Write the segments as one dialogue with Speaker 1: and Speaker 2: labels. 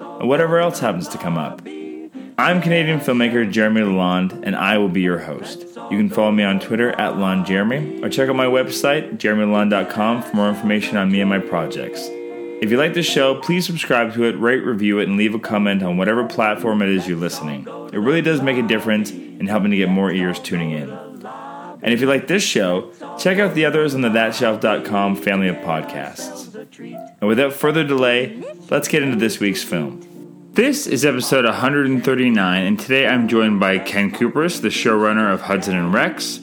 Speaker 1: and whatever else happens to come up. I'm Canadian filmmaker Jeremy Lalonde, and I will be your host. You can follow me on Twitter at LonJeremy or check out my website, jeremylalonde.com, for more information on me and my projects. If you like this show, please subscribe to it, rate, review it, and leave a comment on whatever platform it is you're listening. It really does make a difference in helping to get more ears tuning in. And if you like this show, check out the others on the thatshelf.com family of podcasts. And without further delay, let's get into this week's film. This is episode 139, and today I'm joined by Ken Cooperus, the showrunner of Hudson and Rex,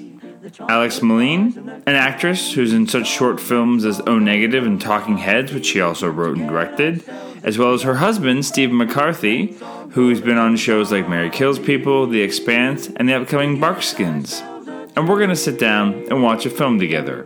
Speaker 1: Alex Moline, an actress who's in such short films as O Negative and Talking Heads, which she also wrote and directed, as well as her husband, Steve McCarthy, who's been on shows like Mary Kills People, The Expanse, and the upcoming Barkskins. And we're going to sit down and watch a film together.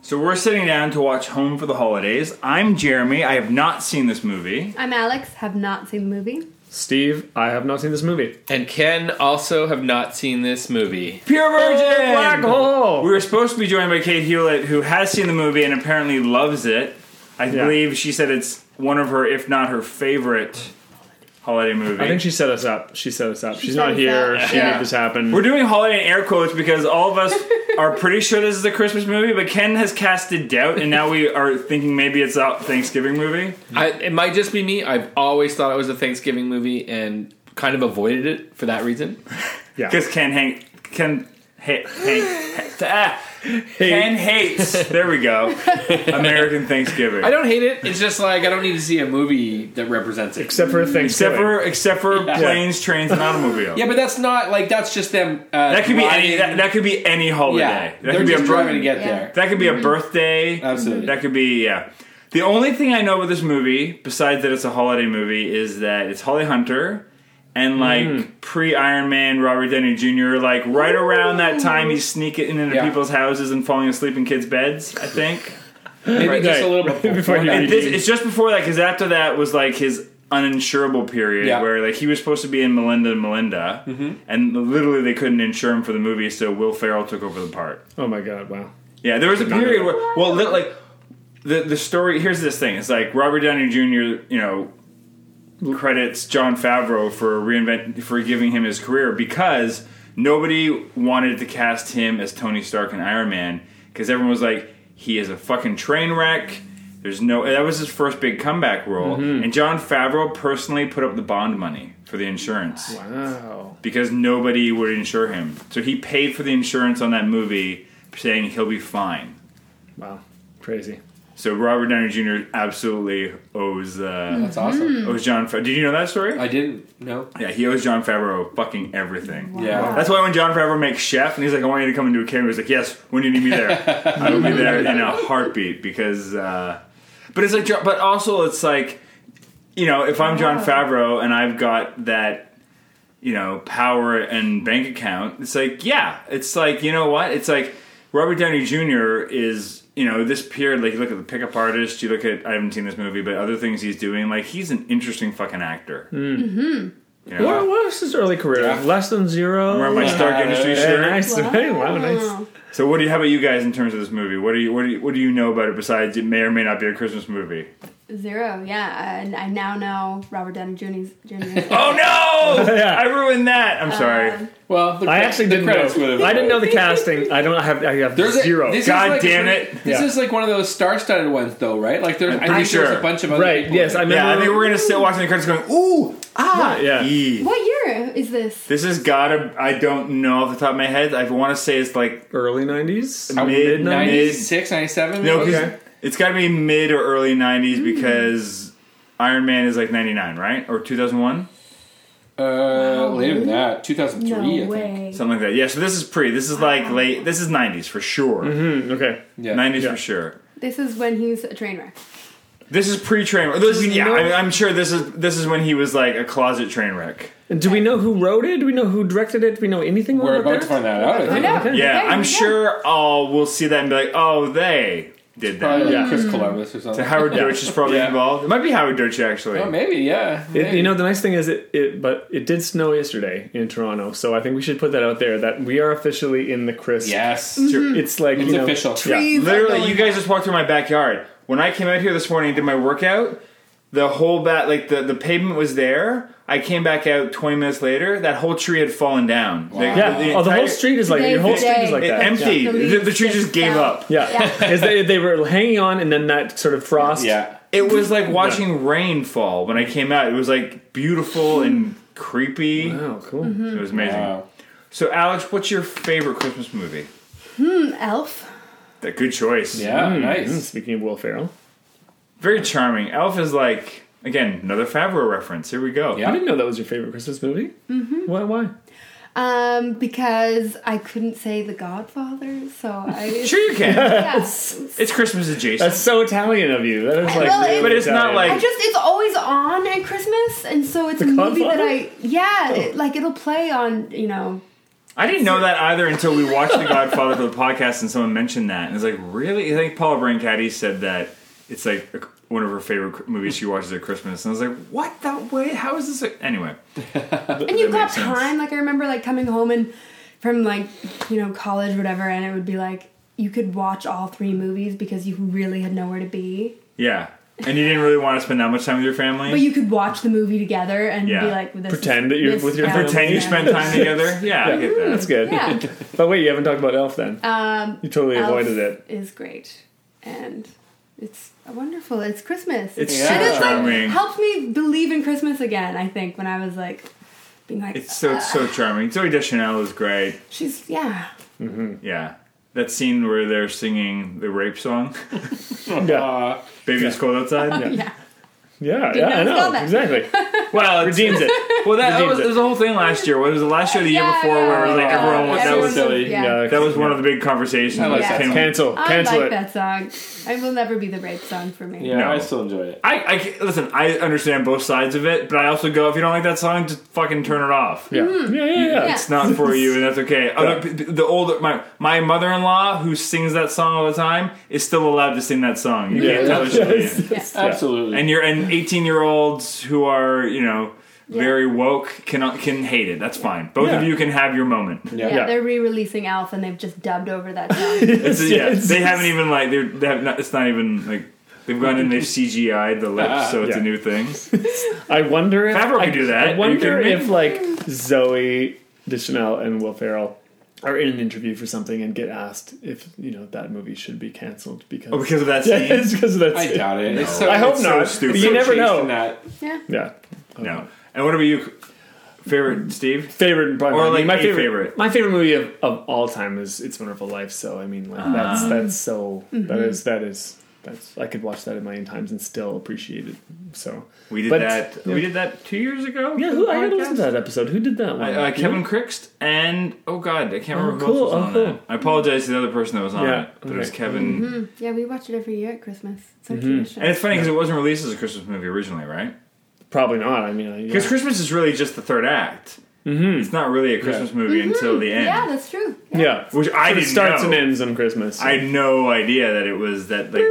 Speaker 1: So we're sitting down to watch Home for the Holidays. I'm Jeremy. I have not seen this movie.
Speaker 2: I'm Alex, have not seen the movie.
Speaker 3: Steve, I have not seen this movie.
Speaker 4: And Ken also have not seen this movie.
Speaker 1: Pure Virgin!
Speaker 3: Black hole!
Speaker 1: We were supposed to be joined by Kate Hewlett, who has seen the movie and apparently loves it. I
Speaker 3: Yeah.
Speaker 1: believe she said it's one of her, if not her favorite, holiday movie.
Speaker 3: I think she set us up. She set us up. She's
Speaker 2: set
Speaker 3: not
Speaker 2: us
Speaker 3: here.
Speaker 2: up.
Speaker 3: She
Speaker 1: Yeah.
Speaker 3: made this happen.
Speaker 1: we're doing holiday in air quotes because all of us are pretty sure this is a Christmas movie, but Ken has casted doubt, and now we are thinking maybe it's a Thanksgiving movie.
Speaker 4: I, it might just be me. I've always thought it was a Thanksgiving movie and kind of avoided it for that reason.
Speaker 3: yeah.
Speaker 1: Because Ken hang Ken ha- hang ah, Ken hates. There we go. American Thanksgiving.
Speaker 4: I don't hate it. It's just like I don't need to see a movie that represents it.
Speaker 3: Except for Thanksgiving.
Speaker 1: except for except for planes, trains, and automobiles.
Speaker 4: yeah, but that's not like that's just them. Uh,
Speaker 1: That could be any.
Speaker 4: driving-
Speaker 1: That, that could be any holiday.
Speaker 4: yeah,
Speaker 1: that
Speaker 4: they're
Speaker 1: could be
Speaker 4: just
Speaker 1: a
Speaker 4: driving to
Speaker 1: birth-
Speaker 4: get
Speaker 2: Yeah.
Speaker 4: there.
Speaker 1: That could be a birthday.
Speaker 4: Absolutely.
Speaker 1: That could be yeah. The only thing I know about this movie, besides that it's a holiday movie, is that it's Holly Hunter and like
Speaker 4: Mm-hmm.
Speaker 1: pre Iron Man Robert Downey Jr. Like right around that time, he's sneaking into
Speaker 4: Yeah.
Speaker 1: people's houses and falling asleep in kids' beds. I think.
Speaker 4: Maybe just
Speaker 3: Right.
Speaker 4: a little bit
Speaker 3: Right
Speaker 4: before,
Speaker 3: before you
Speaker 4: that.
Speaker 3: eat.
Speaker 1: This, it's just before that because after that was like his uninsurable period
Speaker 4: Yeah.
Speaker 1: where like he was supposed to be in Melinda and Melinda, and literally they couldn't insure him for the movie, so Will Ferrell took over the part.
Speaker 3: Oh my god! Wow.
Speaker 1: Yeah, there was a period where well, li- like the the story. Here's this thing: it's like Robert Downey Jr. You know credits John Favreau for reinvent for giving him his career because nobody wanted to cast him as Tony Stark in Iron Man because everyone was like, he is a fucking train wreck. There's no and that was his first big comeback role, and John Favreau personally put up the bond money for the insurance
Speaker 3: Wow.
Speaker 1: because nobody would insure him. So he paid for the insurance on that movie, saying he'll be fine.
Speaker 3: Wow. Crazy.
Speaker 1: So Robert Downey Jr. absolutely owes uh,
Speaker 4: That's awesome.
Speaker 1: owes John. Fa- Did you know that story?
Speaker 4: I didn't know.
Speaker 1: yeah, he owes John Favreau fucking everything.
Speaker 4: Yeah.
Speaker 1: That's why when John Favreau makes Chef and he's like, "I want you to come into a camera," he's like, "Yes, when do you need me there? I will be there in a heartbeat." Because, uh, but it's like, Jo- but also it's like, you know, if I'm John Favreau and I've got that, you know, power and bank account, it's like, yeah, it's like, you know what? It's like Robert Downey Jr. is, you know, this period. Like, you look at the Pickup Artist. You look at I haven't seen this movie, but other things he's doing. Like, he's an interesting fucking actor. Mm-hmm. You know?
Speaker 3: What, what was his early career?
Speaker 4: Yeah.
Speaker 3: Less than zero.
Speaker 1: Wearing my Stark Industry
Speaker 3: Yeah,
Speaker 1: shirt.
Speaker 3: nice. Hey, wow, nice.
Speaker 1: So what do you? How about you guys in terms of this movie? What do you? What do you? What do you know about it besides it may or may not be a Christmas movie?
Speaker 2: Zero, yeah. And I now know Robert Downey Jr.'s. Jr.'s
Speaker 1: Oh no!
Speaker 3: Yeah.
Speaker 1: I ruined that. I'm sorry.
Speaker 4: Well, the,
Speaker 3: I
Speaker 4: cre-
Speaker 3: actually
Speaker 4: the
Speaker 3: didn't
Speaker 4: credits
Speaker 3: know.
Speaker 4: would've-
Speaker 3: I didn't know the casting. I don't have. I have
Speaker 4: There's a,
Speaker 3: zero.
Speaker 4: This is
Speaker 1: God
Speaker 4: like a
Speaker 1: damn
Speaker 4: pretty-
Speaker 1: it.
Speaker 4: This
Speaker 3: Yeah.
Speaker 4: is like one of those star-studded ones, though, right? Like there's, I
Speaker 1: pretty
Speaker 4: think
Speaker 1: sure.
Speaker 4: there's a bunch of other
Speaker 3: right.
Speaker 4: people
Speaker 3: Yes, I
Speaker 4: there.
Speaker 3: remember.
Speaker 1: Yeah, I think we're gonna sit watching the credits going, ooh, ah,
Speaker 3: Yeah, yeah.
Speaker 1: ee."
Speaker 2: What year is this?
Speaker 1: This has gotta. I don't know off the top of my head. I want to say it's like
Speaker 3: early nineties.
Speaker 1: mid nineties.
Speaker 4: 96, 97?
Speaker 1: No, 'cause
Speaker 3: Okay.
Speaker 1: it's gotta be mid or early nineties because Iron Man is like ninety nine, right, or two thousand one,
Speaker 4: Uh, later than that, 2003,
Speaker 2: No
Speaker 4: I think.
Speaker 2: way.
Speaker 1: something like that. Yeah. So this is pre. This is like late. This is nineties for sure.
Speaker 3: Hmm, Okay.
Speaker 4: Yeah.
Speaker 1: Nineties
Speaker 3: Yeah.
Speaker 1: for sure.
Speaker 2: This is when he was a train wreck.
Speaker 1: This is pre train wreck. This,
Speaker 3: Do we
Speaker 1: yeah,
Speaker 3: know-
Speaker 1: I mean, I'm sure this is this is when he was like a closet train wreck.
Speaker 3: And do we know who wrote it? Do we know who directed it? Do we know anything
Speaker 4: We're
Speaker 3: about
Speaker 4: about to
Speaker 3: that?
Speaker 4: find that out. I
Speaker 2: I
Speaker 4: think.
Speaker 2: know.
Speaker 3: Oh, Okay.
Speaker 1: Yeah,
Speaker 2: Okay,
Speaker 1: I'm
Speaker 2: yeah.
Speaker 1: sure. Oh, we'll see that and be like, oh, they did that.
Speaker 4: Probably
Speaker 3: Yeah.
Speaker 4: Chris Columbus or something.
Speaker 1: So Howard Deutsch is probably
Speaker 4: Yeah.
Speaker 1: involved. It might be Howard Deutsch actually.
Speaker 4: Oh, maybe, yeah.
Speaker 3: It,
Speaker 4: maybe.
Speaker 3: you know the nice thing is it, it, but it did snow yesterday in Toronto, so I think we should put that out there that we are officially in the crisp.
Speaker 4: yes,
Speaker 1: Hmm.
Speaker 3: it's like
Speaker 4: it's
Speaker 3: you know,
Speaker 4: official.
Speaker 1: Yeah,
Speaker 2: Trees are
Speaker 1: literally,
Speaker 2: going
Speaker 1: you guys
Speaker 2: back.
Speaker 1: just walked through my backyard. When I came out here this morning and did my workout, the whole bat, like the, the pavement was there. I came back out 20 minutes later. That whole tree had fallen down. Like,
Speaker 3: Yeah, oh, the
Speaker 1: entire-
Speaker 3: whole street is like
Speaker 2: Today's
Speaker 3: your whole
Speaker 2: the
Speaker 3: street is
Speaker 2: day.
Speaker 3: like
Speaker 1: It
Speaker 3: that.
Speaker 1: emptied.
Speaker 2: Yeah.
Speaker 1: The, the tree just gave
Speaker 2: Yeah.
Speaker 1: up.
Speaker 3: Yeah, Is they they were hanging on, and then that sort of frost.
Speaker 4: Yeah.
Speaker 1: It was like watching rain fall when I came out. It was like beautiful and creepy.
Speaker 3: Oh, cool.
Speaker 2: Mm-hmm.
Speaker 1: It was amazing.
Speaker 4: Mm-hmm. Wow.
Speaker 1: So, Alex, what's your favorite Christmas movie?
Speaker 2: Elf.
Speaker 1: That good choice.
Speaker 4: Yeah,
Speaker 3: Mm,
Speaker 4: nice.
Speaker 3: Speaking of Will Ferrell,
Speaker 1: Very charming. Elf is like again another Favreau reference. Here we go.
Speaker 4: Yeah.
Speaker 3: I didn't know that was your favorite Christmas movie. Mm-hmm. Why? Why?
Speaker 2: Um, because I couldn't say The Godfather, so I.
Speaker 1: Sure you can.
Speaker 2: Yeah.
Speaker 1: it's Christmas adjacent.
Speaker 3: That's so Italian of you. That is like,
Speaker 2: Well, it-
Speaker 3: really
Speaker 2: But
Speaker 1: it's not
Speaker 3: Italian.
Speaker 1: like-
Speaker 2: I just it's always on at Christmas, and so it's
Speaker 3: The
Speaker 2: a movie that
Speaker 3: Godfather? Oh.
Speaker 2: I yeah, it, like it'll play on you know.
Speaker 1: I didn't know that either until we watched The Godfather for the podcast and someone mentioned that. And it's like, really? I think Paula Brancati said that it's like one of her favorite movies she watches at Christmas. And I was like, what the way? How is this? A-? Anyway,
Speaker 2: And you've got
Speaker 1: makes sense.
Speaker 2: time. Like I remember like coming home and from like you know college whatever, and it would be like you could watch all three movies because you really had nowhere to be,
Speaker 1: yeah. And you didn't really want to spend that much time with your family?
Speaker 2: but you could watch the movie together and
Speaker 1: Yeah.
Speaker 2: be like this is-
Speaker 3: Pretend that you're
Speaker 2: this-
Speaker 3: with your
Speaker 2: yeah,
Speaker 3: friends.
Speaker 1: Pretend you
Speaker 2: yeah.
Speaker 1: spend time together? Yeah, I get that.
Speaker 3: that's good.
Speaker 2: Yeah.
Speaker 3: But wait, you haven't talked about Elf then.
Speaker 2: Um,
Speaker 3: You totally
Speaker 2: Elf
Speaker 3: avoided it.
Speaker 2: Is great, and it's wonderful. It's Christmas.
Speaker 3: It's
Speaker 4: Yeah.
Speaker 2: And it's
Speaker 1: Charming.
Speaker 2: like helped me believe in Christmas again. I think when I was like being like,
Speaker 1: It's so, it's so charming. Zoe Deschanel is great.
Speaker 2: she's yeah,
Speaker 1: Yeah. That scene where they're singing the rape song,
Speaker 3: yeah,
Speaker 4: Uh,
Speaker 1: Baby's Cold Outside.
Speaker 2: yeah.
Speaker 3: yeah, yeah. I
Speaker 2: know
Speaker 3: know
Speaker 2: that.
Speaker 3: exactly. Well, redeems it.
Speaker 1: Well, that, that
Speaker 3: Redeems
Speaker 1: was,
Speaker 3: it.
Speaker 1: there was a whole thing last year. What was it last year or the year
Speaker 2: Yeah,
Speaker 1: before
Speaker 2: yeah,
Speaker 1: where it was like
Speaker 4: yeah.
Speaker 1: everyone was, that was
Speaker 4: Everyone- silly.
Speaker 2: Yeah.
Speaker 3: Yeah,
Speaker 1: That was one of the big conversations.
Speaker 4: I like
Speaker 1: with
Speaker 2: that
Speaker 1: Ken-
Speaker 2: song.
Speaker 3: cancel,
Speaker 2: I
Speaker 3: cancel
Speaker 2: like
Speaker 3: it.
Speaker 2: that song. I will never be the rape song for me.
Speaker 4: yeah,
Speaker 1: No.
Speaker 4: I still enjoy it.
Speaker 1: I, I ca- listen. I understand both sides of it, but I also go if you don't like that song, just fucking turn it off.
Speaker 3: Yeah. yeah, yeah, yeah.
Speaker 2: Mm-hmm. Yeah.
Speaker 1: It's not for you, and that's okay. Other, p- the older my my mother in law who sings that song all the time is still allowed to sing that song. You can't tell her she
Speaker 3: Yes.
Speaker 1: can't.
Speaker 2: Yeah.
Speaker 4: Absolutely.
Speaker 1: And you're and eighteen year olds who are you know very woke can can hate it. That's fine. Both of
Speaker 3: Yeah.
Speaker 1: you can have your moment.
Speaker 2: Yeah,
Speaker 3: Yeah.
Speaker 2: they're re-releasing Alf, and they've just dubbed over that song.
Speaker 1: It's, yeah,
Speaker 3: Yes.
Speaker 1: they haven't even like they're, they have not. It's not even like they've gone and they've CGI'd the lips, so it's
Speaker 3: Yeah.
Speaker 1: a new thing.
Speaker 3: I wonder if
Speaker 1: Favreau
Speaker 3: I,
Speaker 1: could do that. Are
Speaker 3: I
Speaker 1: you
Speaker 3: wonder
Speaker 1: kidding me?
Speaker 3: if like Zoe Deschanel and Will Ferrell are in an interview for something and get asked if you know that movie should be canceled because
Speaker 1: Oh, because of that
Speaker 3: yeah,
Speaker 1: scene.
Speaker 3: it's because of that.
Speaker 4: I
Speaker 3: scene.
Speaker 4: doubt it. It's so,
Speaker 3: I hope
Speaker 4: it's
Speaker 3: not.
Speaker 4: So
Speaker 1: stupid.
Speaker 4: But
Speaker 1: So
Speaker 4: you never
Speaker 3: chased
Speaker 4: know.
Speaker 3: in
Speaker 4: That.
Speaker 2: yeah,
Speaker 3: Yeah.
Speaker 1: No. And what about you? Favorite Steve?
Speaker 3: Favorite, probably
Speaker 1: Or,
Speaker 3: I mean,
Speaker 1: like,
Speaker 3: my
Speaker 1: a
Speaker 3: favorite,
Speaker 1: favorite.
Speaker 3: my favorite movie of, of all time is "It's a Wonderful Life." So I mean, like that's that's so that is that is that's I could watch that a million times and still appreciate it. So
Speaker 1: We did
Speaker 3: But-
Speaker 1: that. We did that two years ago.
Speaker 3: yeah,
Speaker 1: for
Speaker 3: who,
Speaker 1: the
Speaker 3: I gotta listen to
Speaker 1: podcast.
Speaker 3: that episode. Who did that one?
Speaker 1: Uh, uh,
Speaker 3: You?
Speaker 1: Kevin Crixt and oh god, I can't
Speaker 3: Oh,
Speaker 1: remember who
Speaker 3: cool,
Speaker 1: else was
Speaker 3: oh,
Speaker 1: on
Speaker 3: cool.
Speaker 1: that. I apologize to the other person that was on
Speaker 3: Yeah,
Speaker 1: it, but it was
Speaker 3: okay.
Speaker 1: Kevin.
Speaker 2: yeah. We watch it every year at Christmas. It's our Christmas show.
Speaker 1: And it's funny because it wasn't released as a Christmas movie originally, right?
Speaker 3: Probably not. I mean, I, yeah.
Speaker 1: Because Christmas is really just the third act. Mm-hmm. It's not really a Christmas movie until the end,
Speaker 2: yeah, that's true.
Speaker 3: yeah,
Speaker 1: which I
Speaker 3: Sort of
Speaker 1: didn't
Speaker 3: starts
Speaker 1: know.
Speaker 3: and ends on Christmas.
Speaker 1: I had no idea that it was that like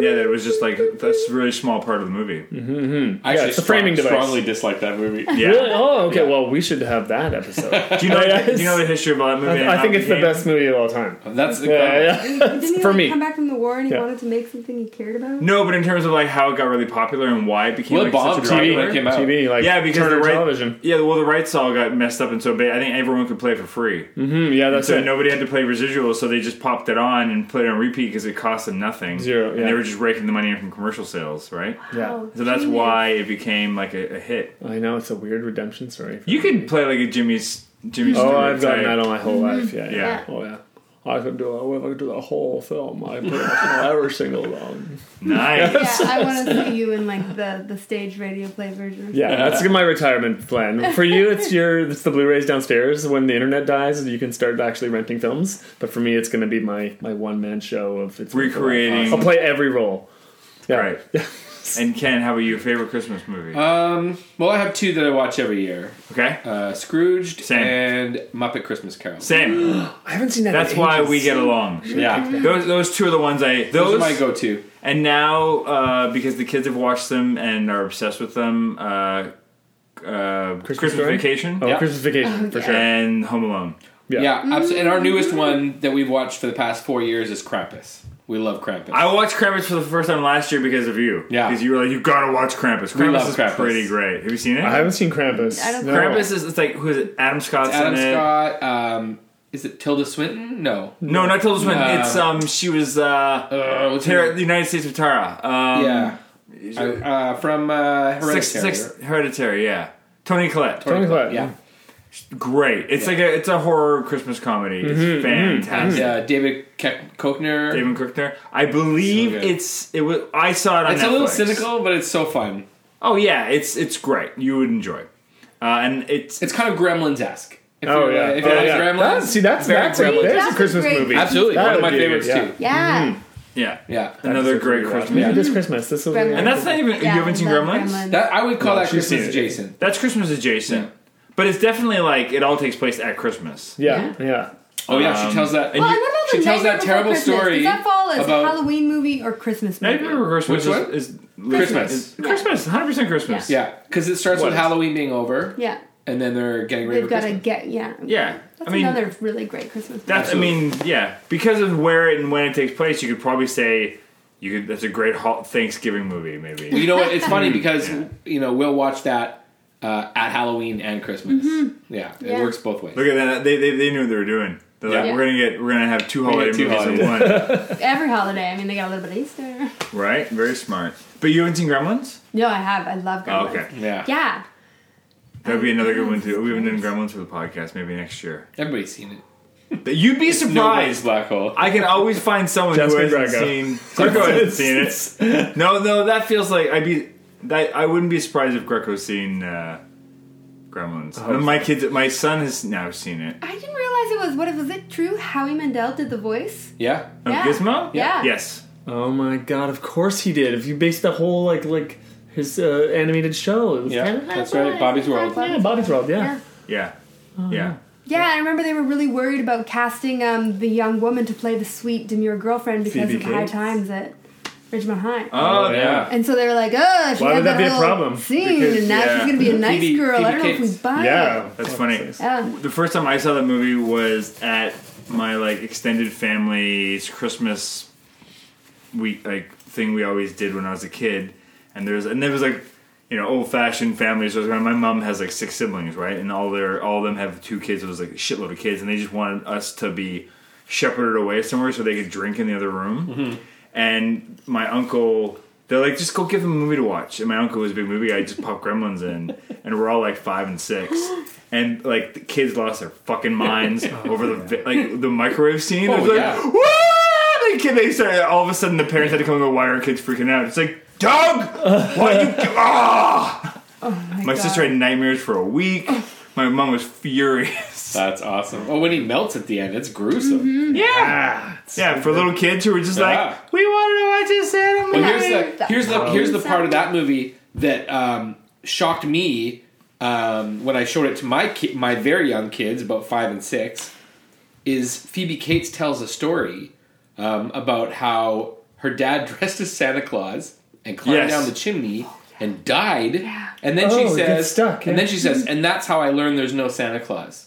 Speaker 1: yeah that it was just like that's a really small part of the movie.
Speaker 3: Mm-hmm.
Speaker 4: I
Speaker 3: Yeah,
Speaker 4: actually
Speaker 3: it's a framing
Speaker 4: strong-
Speaker 3: device.
Speaker 4: strongly dislike that movie.
Speaker 1: Yeah.
Speaker 3: Really? Oh, okay.
Speaker 1: Yeah.
Speaker 3: Well, we should have that episode.
Speaker 1: Do you know?
Speaker 3: Yeah,
Speaker 1: do you know the history of that movie? and
Speaker 3: I
Speaker 1: how
Speaker 3: think
Speaker 1: it
Speaker 3: it's the
Speaker 1: became?
Speaker 3: best movie of all time.
Speaker 4: That's
Speaker 3: Yeah, yeah.
Speaker 2: Didn't he
Speaker 3: For
Speaker 2: like,
Speaker 3: me.
Speaker 2: come back from the war and he
Speaker 3: Yeah.
Speaker 2: wanted to make something he cared about? Oh,
Speaker 1: No, but in terms of like how it got really popular and why it became
Speaker 4: Well,
Speaker 1: like
Speaker 4: it bombed
Speaker 1: such a
Speaker 4: TV.
Speaker 1: popular-
Speaker 4: It came out.
Speaker 3: TV, like
Speaker 1: Yeah, because
Speaker 3: Turner
Speaker 1: the right,
Speaker 3: television.
Speaker 1: Yeah, well, the rights all got messed up, and so ba- I think everyone could play for free.
Speaker 3: Mm, yeah, that's
Speaker 1: So
Speaker 3: it.
Speaker 1: nobody had to play residuals, so they just popped it on and played it on repeat because it cost them nothing.
Speaker 3: Zero,
Speaker 1: And
Speaker 3: yeah.
Speaker 1: they were just raking the money in from commercial sales, right?
Speaker 3: Yeah.
Speaker 2: Oh,
Speaker 1: So that's
Speaker 2: genius.
Speaker 1: why it became like a, a hit.
Speaker 3: I know it's a weird redemption story. for
Speaker 1: You
Speaker 3: me.
Speaker 1: could play like a Jimmy's Jimmy's.
Speaker 3: Oh, I've gotten that all my whole
Speaker 4: Mm-hmm.
Speaker 3: life. Yeah, yeah.
Speaker 1: Yeah.
Speaker 3: Oh yeah. I could do. I could do the whole film. I pretty much know every single song.
Speaker 1: Nice.
Speaker 2: Yeah, I want to see you in like the the stage radio play version.
Speaker 3: Yeah, that's my retirement plan. For you, it's your it's the Blu-rays downstairs. When the internet dies, you can start actually renting films. But for me, it's going to be my my one man show of it's
Speaker 1: Recreating-
Speaker 3: I'll play every role. Yeah.
Speaker 1: Right. And Ken, how about your favorite Christmas movie?
Speaker 3: Uh,
Speaker 4: Um, well, I have two that I watch every year:
Speaker 1: okay,
Speaker 4: uh, Scrooged
Speaker 1: Same.
Speaker 4: and Muppet Christmas Carol.
Speaker 1: same.
Speaker 3: I haven't seen that.
Speaker 1: That's
Speaker 3: in
Speaker 1: why
Speaker 3: ages.
Speaker 1: we get along.
Speaker 4: Yeah,
Speaker 1: Those those two are the ones I
Speaker 4: those are
Speaker 1: those
Speaker 4: my go-to.
Speaker 1: and now uh, because the kids have watched them and are obsessed with them. Uh, uh, Christmas,
Speaker 3: Story?
Speaker 1: Vacation
Speaker 3: Oh,
Speaker 4: Yeah.
Speaker 3: Christmas Vacation for sure.
Speaker 1: and Home Alone.
Speaker 4: Yeah, absolutely. And our newest one that we've watched for the past four years is Krampus. We love Krampus.
Speaker 1: I watched Krampus for the first time last year because of you.
Speaker 4: Yeah.
Speaker 1: because you were like, you gotta watch Krampus.
Speaker 4: We
Speaker 1: Krampus
Speaker 4: love
Speaker 1: is
Speaker 4: Krampus.
Speaker 1: pretty great. Have you seen it?
Speaker 3: I haven't seen Krampus.
Speaker 2: I don't-
Speaker 3: no.
Speaker 1: Krampus is it's like who is it? Adam Scott's
Speaker 4: Adam
Speaker 1: in it.
Speaker 4: Scott. Um, is it Tilda Swinton? No.
Speaker 1: No, not Tilda Swinton.
Speaker 4: No.
Speaker 1: It's um, she was uh,
Speaker 4: Uh, what's her
Speaker 1: Tara,
Speaker 4: name?
Speaker 1: the United States of Tara. Um,
Speaker 4: yeah. I- uh, from uh, Hereditary.
Speaker 1: six, six, Hereditary. Yeah, Tony Mm. Collette.
Speaker 3: Tony Collette.
Speaker 4: Yeah.
Speaker 1: Great. It's like a it's a horror Christmas comedy. it's fantastic.
Speaker 4: Mm-hmm, Yeah. uh, David Ke- Kochner.
Speaker 1: David Kirchner. I believe
Speaker 4: So good.
Speaker 1: it's it was. I saw it on.
Speaker 4: it's a little
Speaker 1: Netflix.
Speaker 4: cynical, but it's so fun.
Speaker 1: Oh yeah, it's it's great. You would enjoy. Uh, and it's
Speaker 4: It's kind of Gremlins esque.
Speaker 3: Oh yeah.
Speaker 4: If you
Speaker 3: oh,
Speaker 4: like
Speaker 3: yeah.
Speaker 4: Gremlins,
Speaker 3: That's, see, that's
Speaker 4: very
Speaker 3: that's a,
Speaker 4: Gremlins.
Speaker 3: there's
Speaker 2: That's
Speaker 3: a
Speaker 2: a
Speaker 3: Christmas
Speaker 2: great-
Speaker 3: movie.
Speaker 4: absolutely
Speaker 3: That
Speaker 4: one of
Speaker 3: would
Speaker 4: my
Speaker 3: be a good-
Speaker 4: favorites
Speaker 3: yeah.
Speaker 4: too.
Speaker 2: Yeah.
Speaker 1: yeah,
Speaker 4: Yeah.
Speaker 1: another
Speaker 3: That's a
Speaker 1: great
Speaker 3: good
Speaker 1: Christmas.
Speaker 3: watch.
Speaker 4: Yeah.
Speaker 3: Maybe this Christmas. This will
Speaker 2: Gremlins.
Speaker 3: be.
Speaker 1: And that's not even.
Speaker 2: Yeah,
Speaker 1: you haven't seen
Speaker 2: love
Speaker 1: Gremlins?
Speaker 4: That I would call that
Speaker 3: she's
Speaker 4: Christmas
Speaker 3: seen it.
Speaker 4: adjacent.
Speaker 1: That's Christmas adjacent,
Speaker 4: Yeah.
Speaker 1: but it's definitely like it all takes place at Christmas.
Speaker 3: Yeah, yeah.
Speaker 4: Oh yeah,
Speaker 1: Um,
Speaker 4: she tells that.
Speaker 1: and
Speaker 2: Well,
Speaker 1: you-
Speaker 2: and what about
Speaker 4: she
Speaker 2: the
Speaker 4: tells
Speaker 2: Nightmare
Speaker 4: that
Speaker 2: Before
Speaker 4: terrible
Speaker 2: Christmas?
Speaker 4: story
Speaker 2: Does that fall as
Speaker 4: about-
Speaker 2: Halloween movie or Christmas movie?
Speaker 1: Nightmare Before Christmas
Speaker 4: Which one?
Speaker 1: is, is
Speaker 4: Christmas.
Speaker 1: is- Christmas, hundred percent Christmas.
Speaker 4: yeah, because it starts
Speaker 1: What
Speaker 4: with
Speaker 1: is-
Speaker 4: Halloween being over,
Speaker 2: Yeah.
Speaker 4: and then they're getting ready
Speaker 2: They've
Speaker 4: for
Speaker 2: got to
Speaker 4: Christmas.
Speaker 2: get yeah.
Speaker 1: yeah.
Speaker 2: That's
Speaker 1: I mean,
Speaker 2: another really great Christmas.
Speaker 1: that's.
Speaker 2: movie.
Speaker 1: I mean, yeah, because of where and when it takes place, you could probably say you could. That's a great ho- Thanksgiving movie, maybe.
Speaker 4: you know what? It's funny because you know we'll watch that uh, at Halloween and Christmas. Yeah, it
Speaker 2: Mm-hmm. Yeah.
Speaker 4: works both ways.
Speaker 1: Look at that. They, they, they knew what they were doing. They're like,
Speaker 4: Yeah.
Speaker 1: we're gonna get, we're gonna have two
Speaker 4: get
Speaker 1: holiday
Speaker 4: two
Speaker 1: movies in one,
Speaker 2: every holiday. I mean, they got a little bit of Easter.
Speaker 1: right? Very smart. But you haven't seen Gremlins?
Speaker 2: No, I have. I love
Speaker 1: Oh,
Speaker 2: Gremlins.
Speaker 1: okay,
Speaker 4: Yeah.
Speaker 2: Yeah.
Speaker 1: that'd be another good one too. We haven't done Gremlins for the podcast. Maybe next year.
Speaker 4: everybody's seen it.
Speaker 1: You'd be
Speaker 4: Nobody's
Speaker 1: surprised.
Speaker 4: black hole.
Speaker 1: I can always find someone
Speaker 3: Jessica
Speaker 1: who hasn't
Speaker 3: Greco.
Speaker 1: seen. Greco hasn't seen it. No, no, that feels like I'd be. That I wouldn't be surprised if Greco's seen uh, Gremlins.
Speaker 3: Oh,
Speaker 1: And my kids, my son has now seen it.
Speaker 2: I didn't realize it was. What was it? True? Howie Mandel did the voice.
Speaker 4: yeah,
Speaker 1: Of
Speaker 2: Yeah.
Speaker 1: Gizmo.
Speaker 2: Yeah.
Speaker 1: Yes.
Speaker 3: Oh my god! Of course he did. If you based the whole like like his uh, animated show, it was
Speaker 4: yeah,
Speaker 3: kind of
Speaker 4: that's right. Bobby's World.
Speaker 3: yeah, Bobby's World. Yeah.
Speaker 2: Yeah.
Speaker 1: Yeah.
Speaker 3: Oh,
Speaker 1: Yeah.
Speaker 2: Yeah, I remember they were really worried about casting um, the young woman to play the sweet demure girlfriend because of
Speaker 3: Phoebe
Speaker 2: high
Speaker 3: Cates?
Speaker 2: times at Ridgemont High.
Speaker 1: Oh,
Speaker 4: Oh,
Speaker 1: yeah.
Speaker 4: yeah.
Speaker 2: and so they were like, "Oh, she
Speaker 3: Why
Speaker 2: had
Speaker 3: would that be a
Speaker 2: whole
Speaker 3: problem?
Speaker 2: Scene,
Speaker 1: Because,
Speaker 2: and now
Speaker 1: yeah.
Speaker 2: she's gonna be a nice
Speaker 4: Phoebe-
Speaker 2: girl. I
Speaker 4: Phoebe
Speaker 2: don't know if
Speaker 4: Cates.
Speaker 2: we buy it." Oh,
Speaker 3: Yeah.
Speaker 1: That's funny.
Speaker 2: Yeah.
Speaker 1: The first time I saw that movie was at my like extended family's Christmas week like thing we always did when I was a kid. And there's and there was like you know old fashioned families. So my mom has like six siblings, right? And all their all of them have two kids. It was like a shitload of kids, and they just wanted us to be shepherded away somewhere so they could drink in the other room. And my uncle. They're like, just go give them a movie to watch. And my uncle was a big movie guy, just popped Gremlins in. And we're all like five and six. And like, the kids lost their fucking minds over the, vi- like, the microwave scene. I
Speaker 4: Oh,
Speaker 1: was like,
Speaker 4: yeah.
Speaker 1: what? The kid, they started, all of a sudden the parents had to come and go, why are our kids freaking out? It's like, Doug, why you, ah!
Speaker 2: my,
Speaker 1: My
Speaker 2: God.
Speaker 1: sister had nightmares for a week. My mom was furious.
Speaker 4: That's awesome. Oh, when he melts at the end, it's gruesome.
Speaker 2: Mm-hmm.
Speaker 4: Ah,
Speaker 1: Yeah. Yeah, for little kids who were just
Speaker 4: Yeah.
Speaker 1: like, we wanted to watch this animal.
Speaker 4: Well,
Speaker 2: Yeah.
Speaker 4: here's the
Speaker 2: That-
Speaker 4: here's the here's the part of that movie that um, shocked me um, when I showed it to my ki- my very young kids, about five and six. Is Phoebe Cates tells a story um, about how her dad dressed as Santa Claus and climbed
Speaker 1: Yes.
Speaker 4: down the chimney and died,
Speaker 2: Yeah.
Speaker 4: and then she
Speaker 3: Oh, it
Speaker 4: says,
Speaker 3: gets stuck, yeah. Mm-hmm.
Speaker 4: and then she says, and that's how I learned there's no Santa Claus.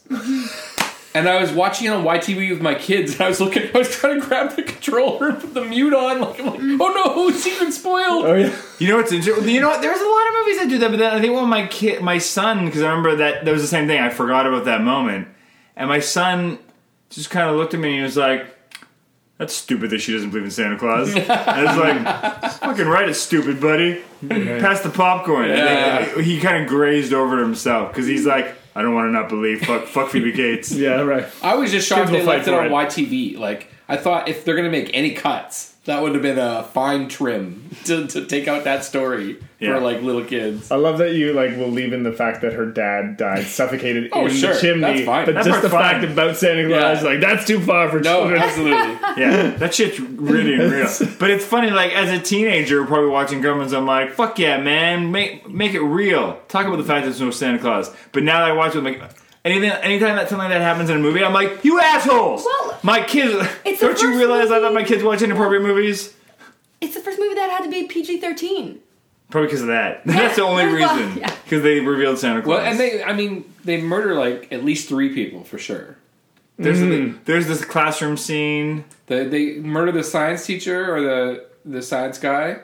Speaker 4: And I was watching it on YTV with my kids, and I was looking. I was trying to grab the controller, put the mute on. Like I'm like, oh no, secret spoiled.
Speaker 3: Oh yeah.
Speaker 1: You know what's interesting? You know what? There's a lot of movies that do that, but then I think one of my kid, my son, because I remember that that was the same thing. I forgot about that moment, and my son just kind of looked at me and he was like, "That's stupid that she doesn't believe in Santa Claus." and I was like, "Fucking right, it's stupid, buddy. Pass the popcorn." And then he kind of grazed over himself because he's like, "I don't want to not believe. Fuck, fuck Phoebe Gates."
Speaker 3: Yeah. Right.
Speaker 4: I was just shocked
Speaker 3: Kids will
Speaker 4: they left
Speaker 3: fight
Speaker 4: it on
Speaker 3: for
Speaker 4: YTV. Like I thought, if they're gonna make any cuts, that would have been a fine trim to, to take out that story
Speaker 1: Yeah.
Speaker 4: for like little kids.
Speaker 3: I love that you like will leave in the fact that her dad died suffocated
Speaker 4: Oh,
Speaker 3: in
Speaker 4: sure.
Speaker 3: the chimney,
Speaker 4: That's fine.
Speaker 3: but
Speaker 4: That
Speaker 3: just the
Speaker 1: part's fine.
Speaker 3: fact about Santa Claus,
Speaker 4: Yeah.
Speaker 3: like that's too far for
Speaker 4: No,
Speaker 3: children.
Speaker 4: absolutely.
Speaker 1: Yeah, that shit's really real. But it's funny, like as a teenager, probably watching Gremlins, I'm like, "Fuck yeah, man! Make make it real. Talk about the fact there's no Santa Claus." But now that I watch it, I'm like, anything, anytime that something like that happens in a movie, I'm like, "You assholes!
Speaker 2: Well,
Speaker 1: my kids,
Speaker 2: it's the
Speaker 1: don't you
Speaker 2: first
Speaker 1: realize I let
Speaker 2: movie-
Speaker 1: my kids watch inappropriate movies?
Speaker 2: It's the first movie that had to be PG thirteen.
Speaker 1: Probably because of that. That's the only
Speaker 2: there's a-
Speaker 1: reason.
Speaker 2: yeah.
Speaker 1: Because they revealed Santa Claus.
Speaker 4: Well, and they, I mean, they murder like at least three people for sure.
Speaker 1: there's the- there's this classroom scene.
Speaker 4: They, they murder the science teacher or the the science guy,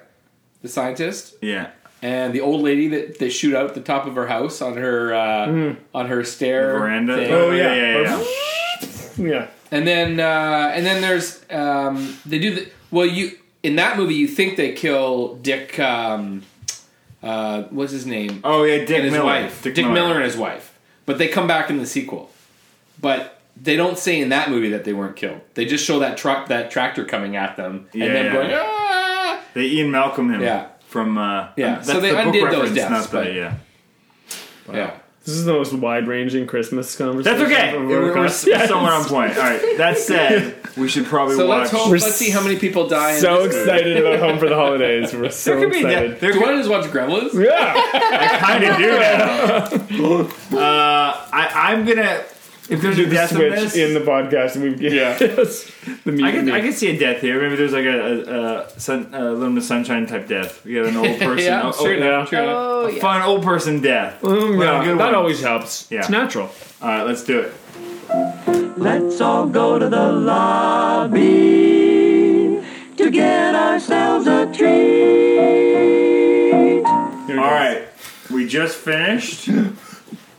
Speaker 4: the scientist,
Speaker 1: Yeah,
Speaker 4: and the old lady that they shoot out the top of her house on her uh, on her stair
Speaker 1: veranda.
Speaker 4: thing.
Speaker 3: Oh, yeah.
Speaker 1: yeah, yeah.
Speaker 3: yeah,
Speaker 4: And then uh, and then there's um, they do the well you in that movie you think they kill Dick um, uh, what's his name
Speaker 1: Oh yeah, Dick
Speaker 4: and his
Speaker 1: Miller.
Speaker 4: wife Dick, Miller. and his wife but they come back in the sequel but they don't say in that movie that they weren't killed they just show that truck that tractor coming at them and
Speaker 1: Yeah,
Speaker 4: them
Speaker 1: yeah,
Speaker 4: going
Speaker 1: yeah.
Speaker 4: ah!
Speaker 1: They Ian Malcolm him.
Speaker 4: Yeah.
Speaker 1: From uh,
Speaker 4: Yeah,
Speaker 1: that's
Speaker 4: so they
Speaker 1: the book
Speaker 4: undid those
Speaker 1: reference,
Speaker 4: deaths,
Speaker 1: not the-
Speaker 4: but-
Speaker 1: yeah.
Speaker 4: yeah
Speaker 3: this is the most wide-ranging Christmas
Speaker 1: That's
Speaker 3: conversation.
Speaker 1: okay.
Speaker 3: I've
Speaker 1: We're,
Speaker 3: ever
Speaker 1: we're
Speaker 3: had.
Speaker 1: s- somewhere on point. All right. That said, we should probably
Speaker 4: so
Speaker 1: watch.
Speaker 4: let's hope,
Speaker 3: We're
Speaker 4: let's see how many people die in
Speaker 3: so
Speaker 4: this movie.
Speaker 3: excited about Home for the Holidays. We're so
Speaker 1: there could be
Speaker 3: excited.
Speaker 1: death. There
Speaker 4: do you
Speaker 1: could,
Speaker 4: want to just watch Gremlins
Speaker 3: Yeah,
Speaker 1: I kind of do now. Uh, I, I'm gonna. If there's a
Speaker 3: the
Speaker 1: death in
Speaker 3: switch
Speaker 1: this,
Speaker 3: in the podcast, and we
Speaker 1: Yeah.
Speaker 3: yes, the
Speaker 1: I can
Speaker 3: mutiny.
Speaker 1: I can see a death here. Maybe there's like a, a, a, sun, a little bit of sunshine type death. We got an old person.
Speaker 4: yeah
Speaker 1: oh,
Speaker 4: sure
Speaker 1: oh,
Speaker 4: enough, sure enough.
Speaker 2: Oh
Speaker 1: a Fun old person death.
Speaker 3: Mm,
Speaker 1: Well,
Speaker 3: yeah,
Speaker 1: good
Speaker 3: that
Speaker 1: one.
Speaker 3: always helps.
Speaker 1: Yeah.
Speaker 3: It's natural.
Speaker 1: All right, let's do it.
Speaker 5: Let's all go to the lobby to get ourselves a treat.
Speaker 3: Here we
Speaker 1: All
Speaker 3: go.
Speaker 1: right, we just finished.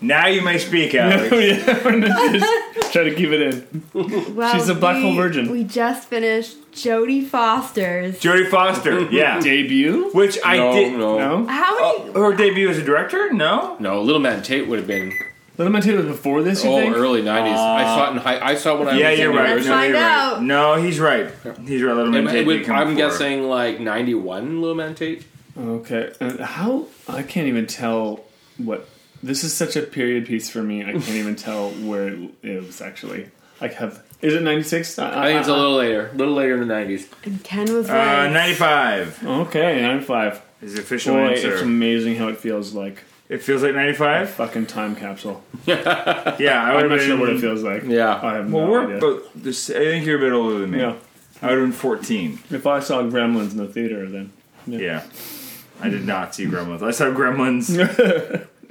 Speaker 1: now you may speak, Alex.
Speaker 3: Oh, yeah, we're gonna just try to keep it in.
Speaker 2: Well,
Speaker 3: She's a black hole
Speaker 2: we-
Speaker 3: virgin.
Speaker 2: We just finished Jodie Foster's.
Speaker 1: Jodie Foster. Yeah.
Speaker 3: Debut?
Speaker 1: Which I
Speaker 4: Uh, no,
Speaker 1: did. Oh,
Speaker 4: no
Speaker 3: No,
Speaker 2: How
Speaker 3: Oh.
Speaker 2: many?
Speaker 1: Her debut as a director? No.
Speaker 4: no little man Tate would have been
Speaker 3: Little Man Taylor was before this. You
Speaker 4: Oh,
Speaker 3: think?
Speaker 4: early '90s.
Speaker 1: Uh,
Speaker 4: I saw it in high. I saw it when I
Speaker 1: Yeah,
Speaker 4: was
Speaker 1: you're
Speaker 4: in
Speaker 1: right.
Speaker 2: Let's
Speaker 1: no,
Speaker 2: find
Speaker 1: you're Right.
Speaker 2: out.
Speaker 1: No, he's right. He's right. Little
Speaker 4: Am
Speaker 1: Man
Speaker 4: I-
Speaker 1: Tate
Speaker 4: with-
Speaker 1: did come
Speaker 4: I'm
Speaker 1: before.
Speaker 4: guessing like '91, Little Man Tate.
Speaker 3: Okay, and how I can't even tell what this is such a period piece for me. I can't even tell where it, it was actually. I have is it ninety six?
Speaker 4: I think it's
Speaker 3: Uh-huh.
Speaker 4: a little later, a little later in the '90s.
Speaker 2: And Ken was
Speaker 1: Uh,
Speaker 2: right.
Speaker 1: 95
Speaker 3: okay ninety five.
Speaker 1: is the official
Speaker 3: Boy, it's
Speaker 1: answer.
Speaker 3: amazing how it feels like
Speaker 1: it feels like 95?
Speaker 3: fucking time capsule.
Speaker 1: Yeah, I would
Speaker 3: I'm
Speaker 1: have
Speaker 3: not
Speaker 1: been.
Speaker 3: sure what it feels like.
Speaker 4: Yeah.
Speaker 3: I have
Speaker 1: Well,
Speaker 3: no
Speaker 1: we're
Speaker 3: idea.
Speaker 1: both. this- I think you're a bit older than me.
Speaker 3: yeah.
Speaker 1: I would have been 14.
Speaker 3: If I saw Gremlins in the theater, then
Speaker 1: Yeah. I did not see Gremlins. I saw Gremlins.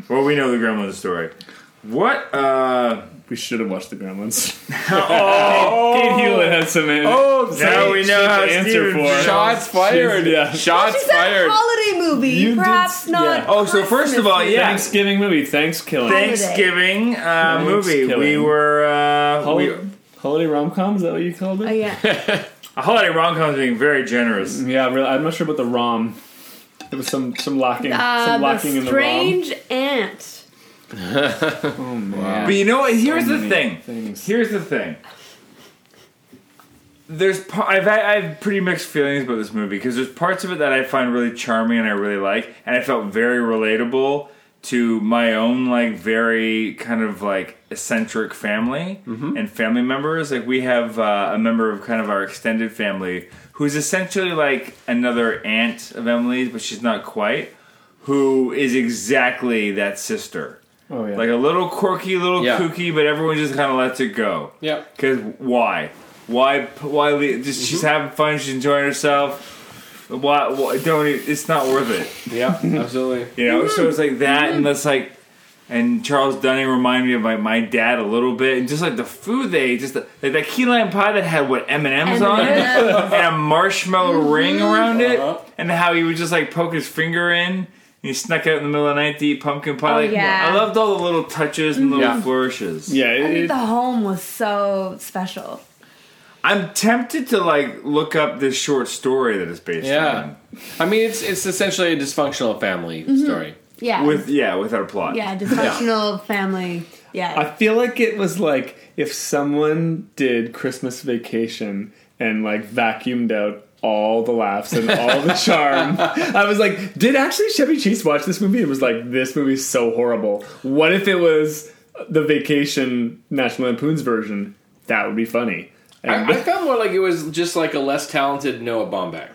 Speaker 1: well, we know the Gremlins story. What? Uh,
Speaker 3: we should have watched the Gremlins. oh, Kate Hewlett has some.
Speaker 1: oh, now
Speaker 3: sorry.
Speaker 1: we know how
Speaker 3: Shit to answer
Speaker 1: Steven
Speaker 3: for.
Speaker 1: feels.
Speaker 4: Shots fired.
Speaker 3: yeah.
Speaker 4: Shots
Speaker 2: She said
Speaker 4: fired.
Speaker 2: holiday movie,
Speaker 3: You did
Speaker 2: perhaps
Speaker 3: s-
Speaker 2: not.
Speaker 3: yeah.
Speaker 1: Oh, so first of all,
Speaker 2: Christmas
Speaker 1: yeah.
Speaker 3: Thanksgiving movie, Thanks Killing.
Speaker 2: Thank-
Speaker 1: Thanksgiving uh, movie. We
Speaker 3: Thanksgiving.
Speaker 1: were uh, we,
Speaker 3: Holiday, holiday rom com, is that what you called it?
Speaker 2: movie. Oh yeah.
Speaker 1: a holiday rom com being very generous.
Speaker 3: Yeah, really, I'm not sure about the ROM. There was some some locking,
Speaker 2: Uh,
Speaker 3: some
Speaker 2: the
Speaker 3: locking in the ROM.
Speaker 2: strange ant.
Speaker 1: But you know what? Here's the thing.
Speaker 3: things.
Speaker 1: Here's the thing. There's pa- I've I have pretty mixed feelings about this movie because there's parts of it that I find really charming and I really like, and I felt very relatable to my own like very kind of like eccentric family and family members. Like we have uh, a member of kind of our extended family who's essentially like another aunt of Emily's, but she's not quite. Who is exactly that sister?
Speaker 3: Oh yeah,
Speaker 1: Like a little quirky, little
Speaker 4: Yeah.
Speaker 1: kooky, but everyone just kind of lets it go.
Speaker 4: Yeah.
Speaker 1: Because why? Why? Why? le- Just she's having fun. She's enjoying herself. Why? why don't? e- It's not worth it.
Speaker 4: Yeah, absolutely.
Speaker 1: You know. So it's like that,
Speaker 2: Mm-hmm.
Speaker 1: and that's like, and Charles Dunning reminded me of my, my dad a little bit, and just like the food they ate, just the, like that key lime pie that had what M and M's on it,
Speaker 2: M&Ms. Mm-hmm.
Speaker 1: and a marshmallow ring around
Speaker 4: Uh-huh.
Speaker 1: it, and how he would just like poke his finger in. And he snuck out in the middle of the night to eat pumpkin pie.
Speaker 2: Oh,
Speaker 1: like,
Speaker 2: yeah. Mm-hmm.
Speaker 1: I loved all the little touches and little
Speaker 4: Yeah.
Speaker 1: flourishes.
Speaker 3: yeah,
Speaker 2: I
Speaker 3: it,
Speaker 2: think
Speaker 3: it-
Speaker 2: the home was so special.
Speaker 1: I'm tempted to like look up this short story that it's based
Speaker 4: Yeah. I mean, it's it's essentially a dysfunctional family story.
Speaker 2: Yeah.
Speaker 1: on. With yeah, with our plot.
Speaker 2: yeah, dysfunctional family. Yeah.
Speaker 3: I feel like it was like if someone did Christmas Vacation and like vacuumed out all the laughs and all the charm. I was like, did actually Chevy Chase watch this movie? It was like, this movie's so horrible. What if it was the Vacation National Lampoon's version? That would be funny. And
Speaker 4: I, I felt more like it was just like a less talented Noah Baumbach.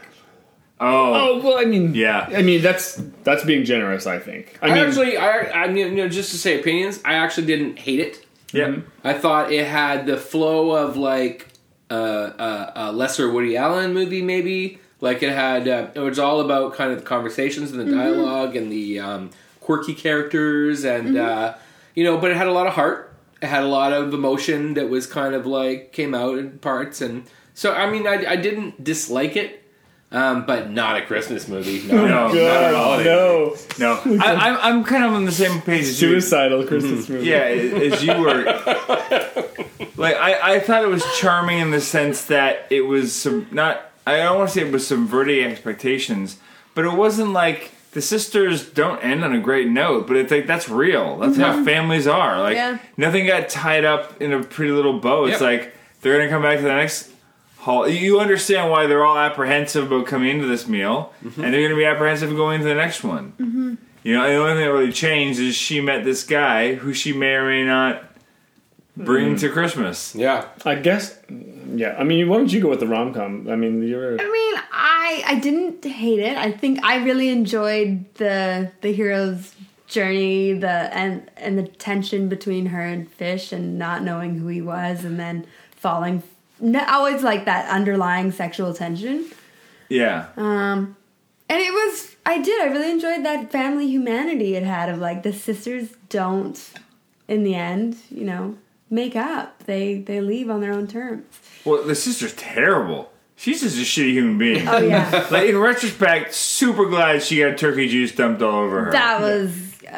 Speaker 1: Oh,
Speaker 3: oh well, I mean,
Speaker 1: Yeah.
Speaker 3: I mean that's that's being generous. I think. I,
Speaker 4: I,
Speaker 3: mean,
Speaker 4: actually, I, I mean, you know, just to say opinions, I actually didn't hate it.
Speaker 1: yeah.
Speaker 4: I thought it had the flow of like uh, uh, a lesser Woody Allen movie, maybe. Like it had, uh, it was all about kind of the conversations and the
Speaker 3: Mm-hmm.
Speaker 4: dialogue and the um, quirky characters, and
Speaker 3: Mm-hmm.
Speaker 4: uh, you know, but it had a lot of heart. It had a lot of emotion that was kind of like came out in parts, and so I mean, I, I didn't dislike it, um, but not a Christmas movie. No,
Speaker 1: No, not at all.
Speaker 3: God, Oh, no
Speaker 1: No, Oh. I, I'm, I'm kind of on the same page as you.
Speaker 3: suicidal Christmas movie.
Speaker 1: Yeah, as you were. Like, I, I thought it was charming in the sense that it was sub- not, I don't want to say it was subverting expectations, but it wasn't like the sisters don't end on a great note, but it's like that's real. That's how families are. Like,
Speaker 2: Yeah.
Speaker 1: nothing got tied up in a pretty little bow. It's
Speaker 4: Yep.
Speaker 1: like they're going to come back to the next hall. You understand why they're all apprehensive about coming into this meal, and they're going to be apprehensive going into the next one.
Speaker 2: Mm-hmm.
Speaker 1: You know, the only thing that really changed is she met this guy who she may or may not bring to Christmas.
Speaker 4: yeah,
Speaker 3: I guess. Yeah, I mean, why don't you go with the rom com? I mean, you're.
Speaker 2: I mean, I I didn't hate it. I think I really enjoyed the the hero's journey, the and and the tension between her and Fish, and not knowing who he was, and then falling. No, I always like that underlying sexual tension.
Speaker 1: Yeah.
Speaker 2: Um, and it was I did I really enjoyed that family humanity it had of like the sisters don't in the end you know make up they they leave on their own terms.
Speaker 1: Well, the sister's terrible. She's just a shitty human being.
Speaker 2: Oh yeah,
Speaker 1: like in retrospect, super glad she got turkey juice dumped all over her.
Speaker 2: that was.